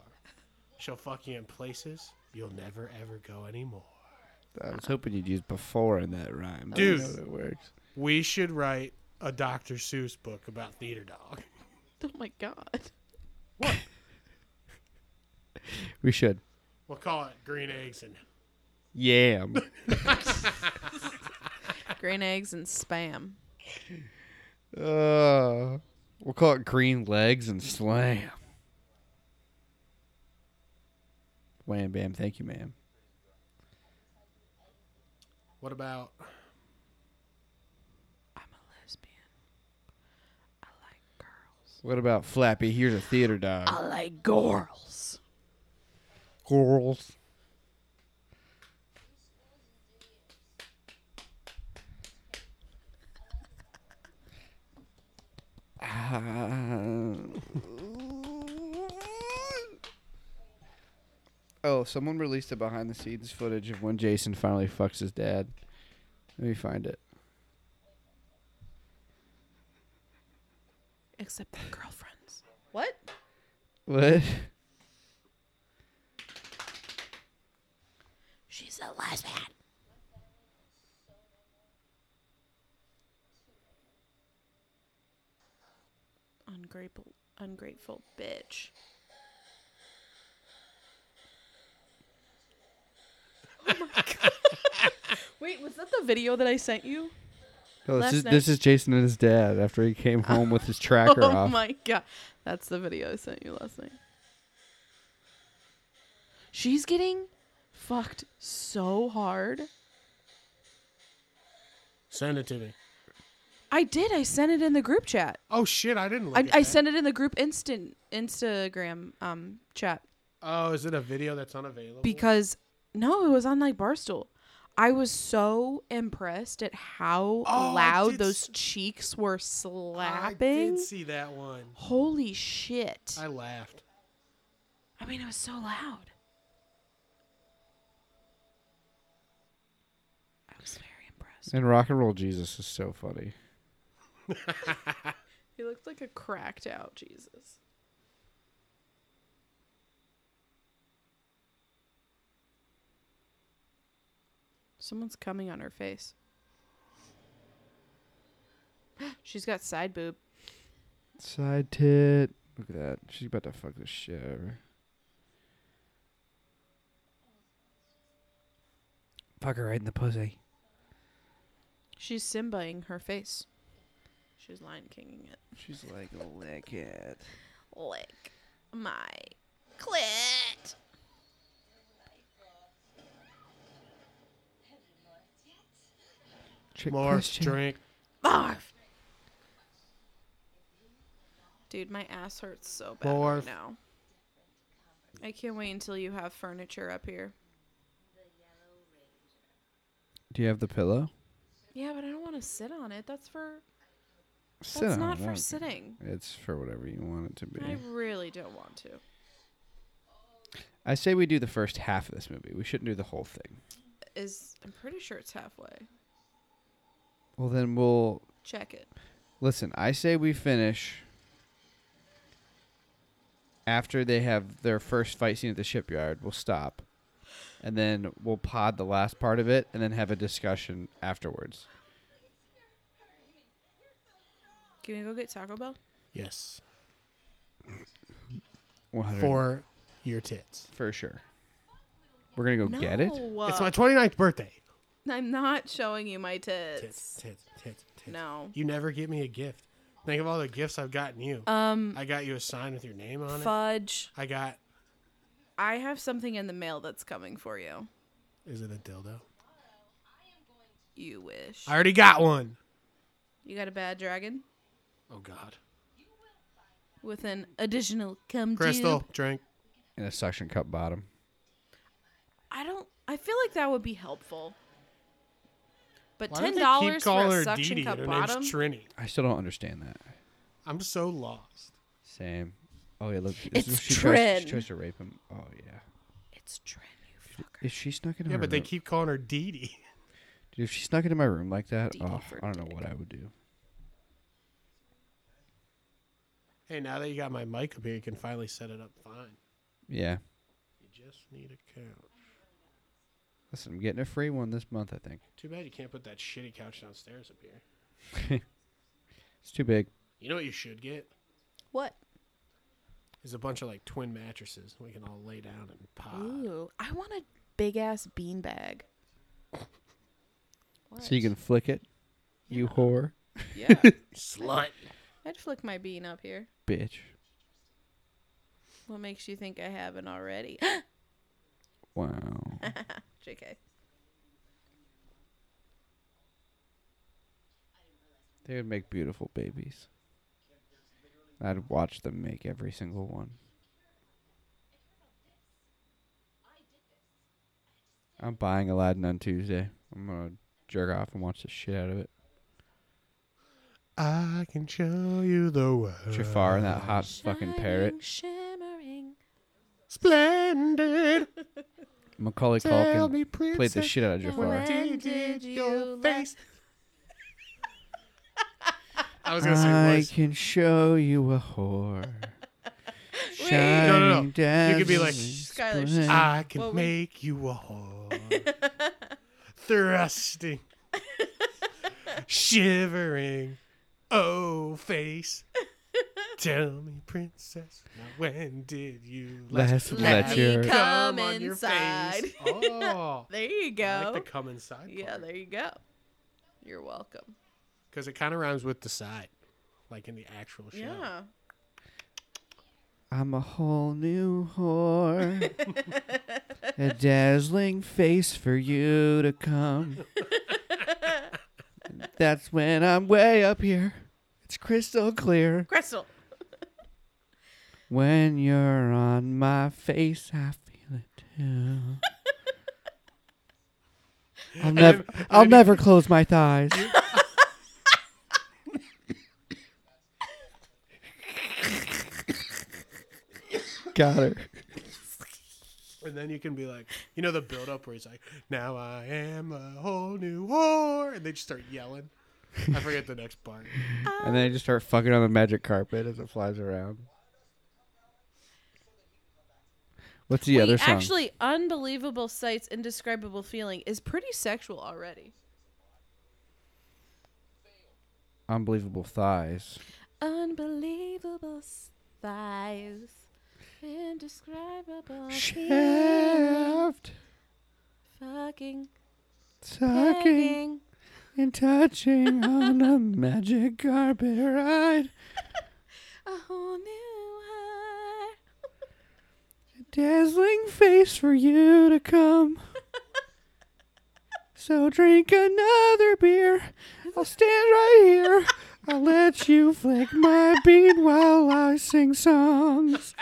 A: She'll fuck you in places you'll never ever go anymore.
B: I was hoping you'd use before in that rhyme.
A: Dude.
B: I know that works.
A: We should write a Dr. Seuss book about theater dog.
C: Oh my god.
A: What?
B: We should.
A: We'll call it green eggs and
B: Yam.
C: Green eggs and spam.
B: Uh, we'll call it green legs and slam. Wham bam, thank you, ma'am.
A: What about
C: I'm a lesbian. I like girls.
B: What about Flappy? Here's a theater dog.
C: I like girls.
B: Girls. oh, someone released a behind the scenes footage of when Jason finally fucks his dad. Let me find it.
C: Except they're girlfriends. What?
B: What?
D: She's a lesbian.
C: Ungrateful, ungrateful bitch. Oh Wait, was that the video that I sent you?
B: Oh,
C: Last
B: this is
C: night-
B: this is Jason and his dad after he came home with his tracker
C: oh
B: off.
C: my god, that's the video I sent you last night. She's getting fucked so hard.
A: send it to me?
C: I did. I sent it in the group chat.
A: Oh shit! I didn't. Look
C: I,
A: at
C: I
A: that.
C: sent it in the group instant Instagram um chat
A: Oh, is it a video that's unavailable?
C: because no, it was on like Barstool. I was so impressed at how
A: Oh, I
C: loud
A: did
C: those
A: s-
C: cheeks were
A: I
C: slapping.
A: did see that one.
C: Holy shit!
A: I laughed.
C: I mean, it was so loud. I was very impressed.
B: And rock and roll Jesus is so funny.
C: He looked like a cracked out Jesus. Someone's coming on her face. She's got side boob.
B: Side tit. Look at that. She's about to fuck this shit out of her. Fuck her right in the pussy.
C: She's Simbaing her face. She's Lion Kinging it.
B: She's like, lick it.
D: Lick.
C: My.
D: Clit.
B: Trick
A: More
B: question.
A: drink.
C: Barf! Dude, my ass hurts so bad
A: Barf.
C: right now. I can't wait until you have furniture up here.
B: Do you have the pillow?
C: Yeah, but I don't want to sit on it. That's for
B: Sit
C: that's
B: on
C: not
B: it, I
C: for
B: don't-
C: sitting.
B: It's for whatever you want it to be.
C: I really don't want to.
B: I say we do the first half of this movie. We shouldn't do the whole thing.
C: Is I'm pretty sure it's halfway.
B: Well, then we'll
C: Check it.
B: Listen, I say we finish after they have their first fight scene at the shipyard. We'll stop. And then we'll pod the last part of it and then have a discussion afterwards.
C: Can we go get Taco Bell?
A: Yes.
B: 100
A: For your tits.
B: For sure. We're going to go get it?
C: No,
A: It's my 29th birthday.
C: I'm not showing you my tits.
A: Tits, tits, tits, tits.
C: No.
A: You never get me a gift. Think of all the gifts I've gotten you.
C: Um,
A: I got you a sign with your name on it.
C: fudge.
A: I got.
C: I have something in the mail that's coming for you.
A: Is it a dildo?
C: You wish.
A: I already got one.
C: You got a bad dragon
A: Oh God.
C: with an additional cum
A: Crystal,
C: tube.
A: drink.
B: In a suction cup bottom.
C: I don't. I feel like that would be helpful. But
A: Why do
C: ten
A: they
C: dollars
A: keep
C: for
A: calling
C: a
A: her
C: suction
A: Dee Dee?
C: cup
A: Her name's
C: bottom.
A: Trini.
B: I still don't understand that.
A: I'm so lost.
B: Same. Oh, yeah, look. this
C: It's
B: is- she tries,
C: Trin.
B: she tries to rape him. Oh, yeah.
C: it's Trin, you fucker.
B: If she snuck into
A: Yeah,
B: my
A: but they
B: room-
A: keep calling her Dee Dee.
B: Dude, if she snuck into my room like that,
C: DD
B: oh,
C: for
B: I don't know
C: dick.
B: what I would do.
A: Hey, now that you got my mic up here, you can finally set it up fine.
B: Yeah.
A: You just need a couch.
B: Listen, I'm getting a free one this month, I think.
A: Too bad you can't put that shitty couch downstairs up here.
B: It's too big.
A: You know what you should get?
C: What?
A: Is a bunch of like twin mattresses. We can all lay down and pop.
C: Ooh, I want a big ass bean bag.
B: So you can flick it. You whore.
C: Yeah.
A: Slut.
C: I'd flick my bean up here.
B: Bitch.
C: What makes you think I haven't already?
B: Wow.
C: JK.
B: They would make beautiful babies. I'd watch them make every single one. I'm buying Aladdin on Tuesday. I'm gonna jerk off and watch the shit out of it.
A: I can show you the world.
B: Jafar and that hot fucking parrot.
D: Shimmering.
A: Splendid.
B: Macaulay
A: Tell
B: Culkin
A: me, princess.
B: played the shit out of Jafar.
D: When
A: When
D: did
A: did
D: you
A: your
D: la-
A: face? I was gonna say was.
B: can show you a whore.
C: Wait.
A: No, no, no. You
B: down
A: could be like,
C: Skylar,
B: splendid.
A: I can
C: Well, we-
A: make you a whore. Thrusting. Shivering. Oh, face. Tell me, princess, now when did you
B: Last let
C: me
B: your-
C: come
A: on your
C: inside.
A: face? Oh,
C: There you go.
A: I like the come inside
C: yeah, there you go. You're welcome.
A: Because it kind of rhymes with the side, like in the actual show.
C: Yeah.
B: I'm a whole new whore. a dazzling face for you to come. That's when I'm way up here. It's crystal clear.
C: Crystal.
B: When you're on my face, I feel it too. I'll never, I'll never close my thighs. Got her.
A: And then you can be like, you know, the build up where he's like, now I am a whole new whore. And they just start yelling. I forget the next part.
B: And then I just start fucking on the magic carpet as it flies around. What's the
C: Wait,
B: other song?
C: Actually, unbelievable sights, indescribable feeling is pretty sexual already.
B: Unbelievable thighs.
C: Unbelievable s- thighs, indescribable
B: Shaft
C: fucking
B: sucking.
C: pegging.
B: and touching on a magic carpet ride.
C: A whole new high.
B: A dazzling face for you to come. So drink another beer. I'll stand right here. I'll let you flick my beat while I sing songs.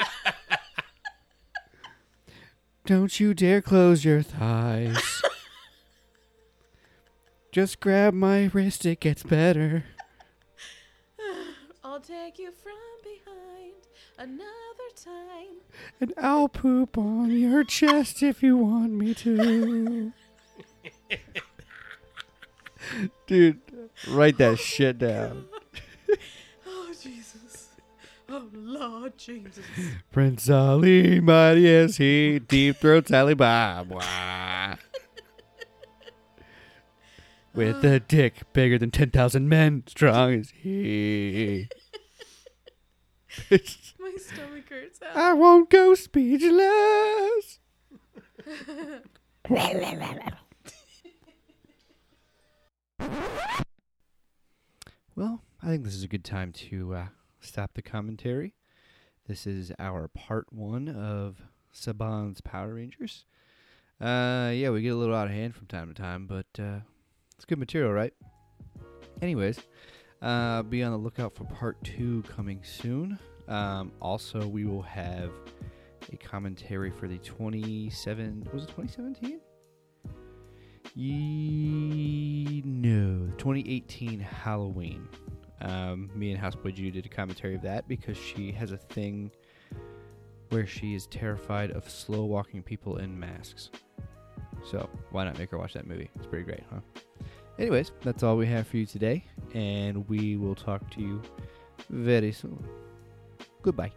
B: Don't you dare close your thighs. Just grab my wrist, it gets better.
C: I'll take you from behind another time.
B: And I'll poop on your chest if you want me to. Dude, write that shit down.
C: Oh, Jesus. Oh, Lord Jesus.
B: Prince Ali, mighty as he, deep throat Sally Bob. Wah. With
C: Uh.
B: a dick bigger than 10,000 men, strong as he.
C: My stomach hurts out.
B: I won't go speechless. well, I think this is a good time to uh, stop the commentary. This is our part one of Saban's Power Rangers. Uh, yeah, we get a little out of hand from time to time, but uh, it's good material, right? Anyways, uh, be on the lookout for part two coming soon. Um, also, we will have a commentary for the 27 was it 2017 Ye- no 2018 halloween um, me and houseboy judy did a commentary of that because she has a thing where she is terrified of slow walking people in masks so why not make her watch that movie it's pretty great huh anyways that's all we have for you today and we will talk to you very soon goodbye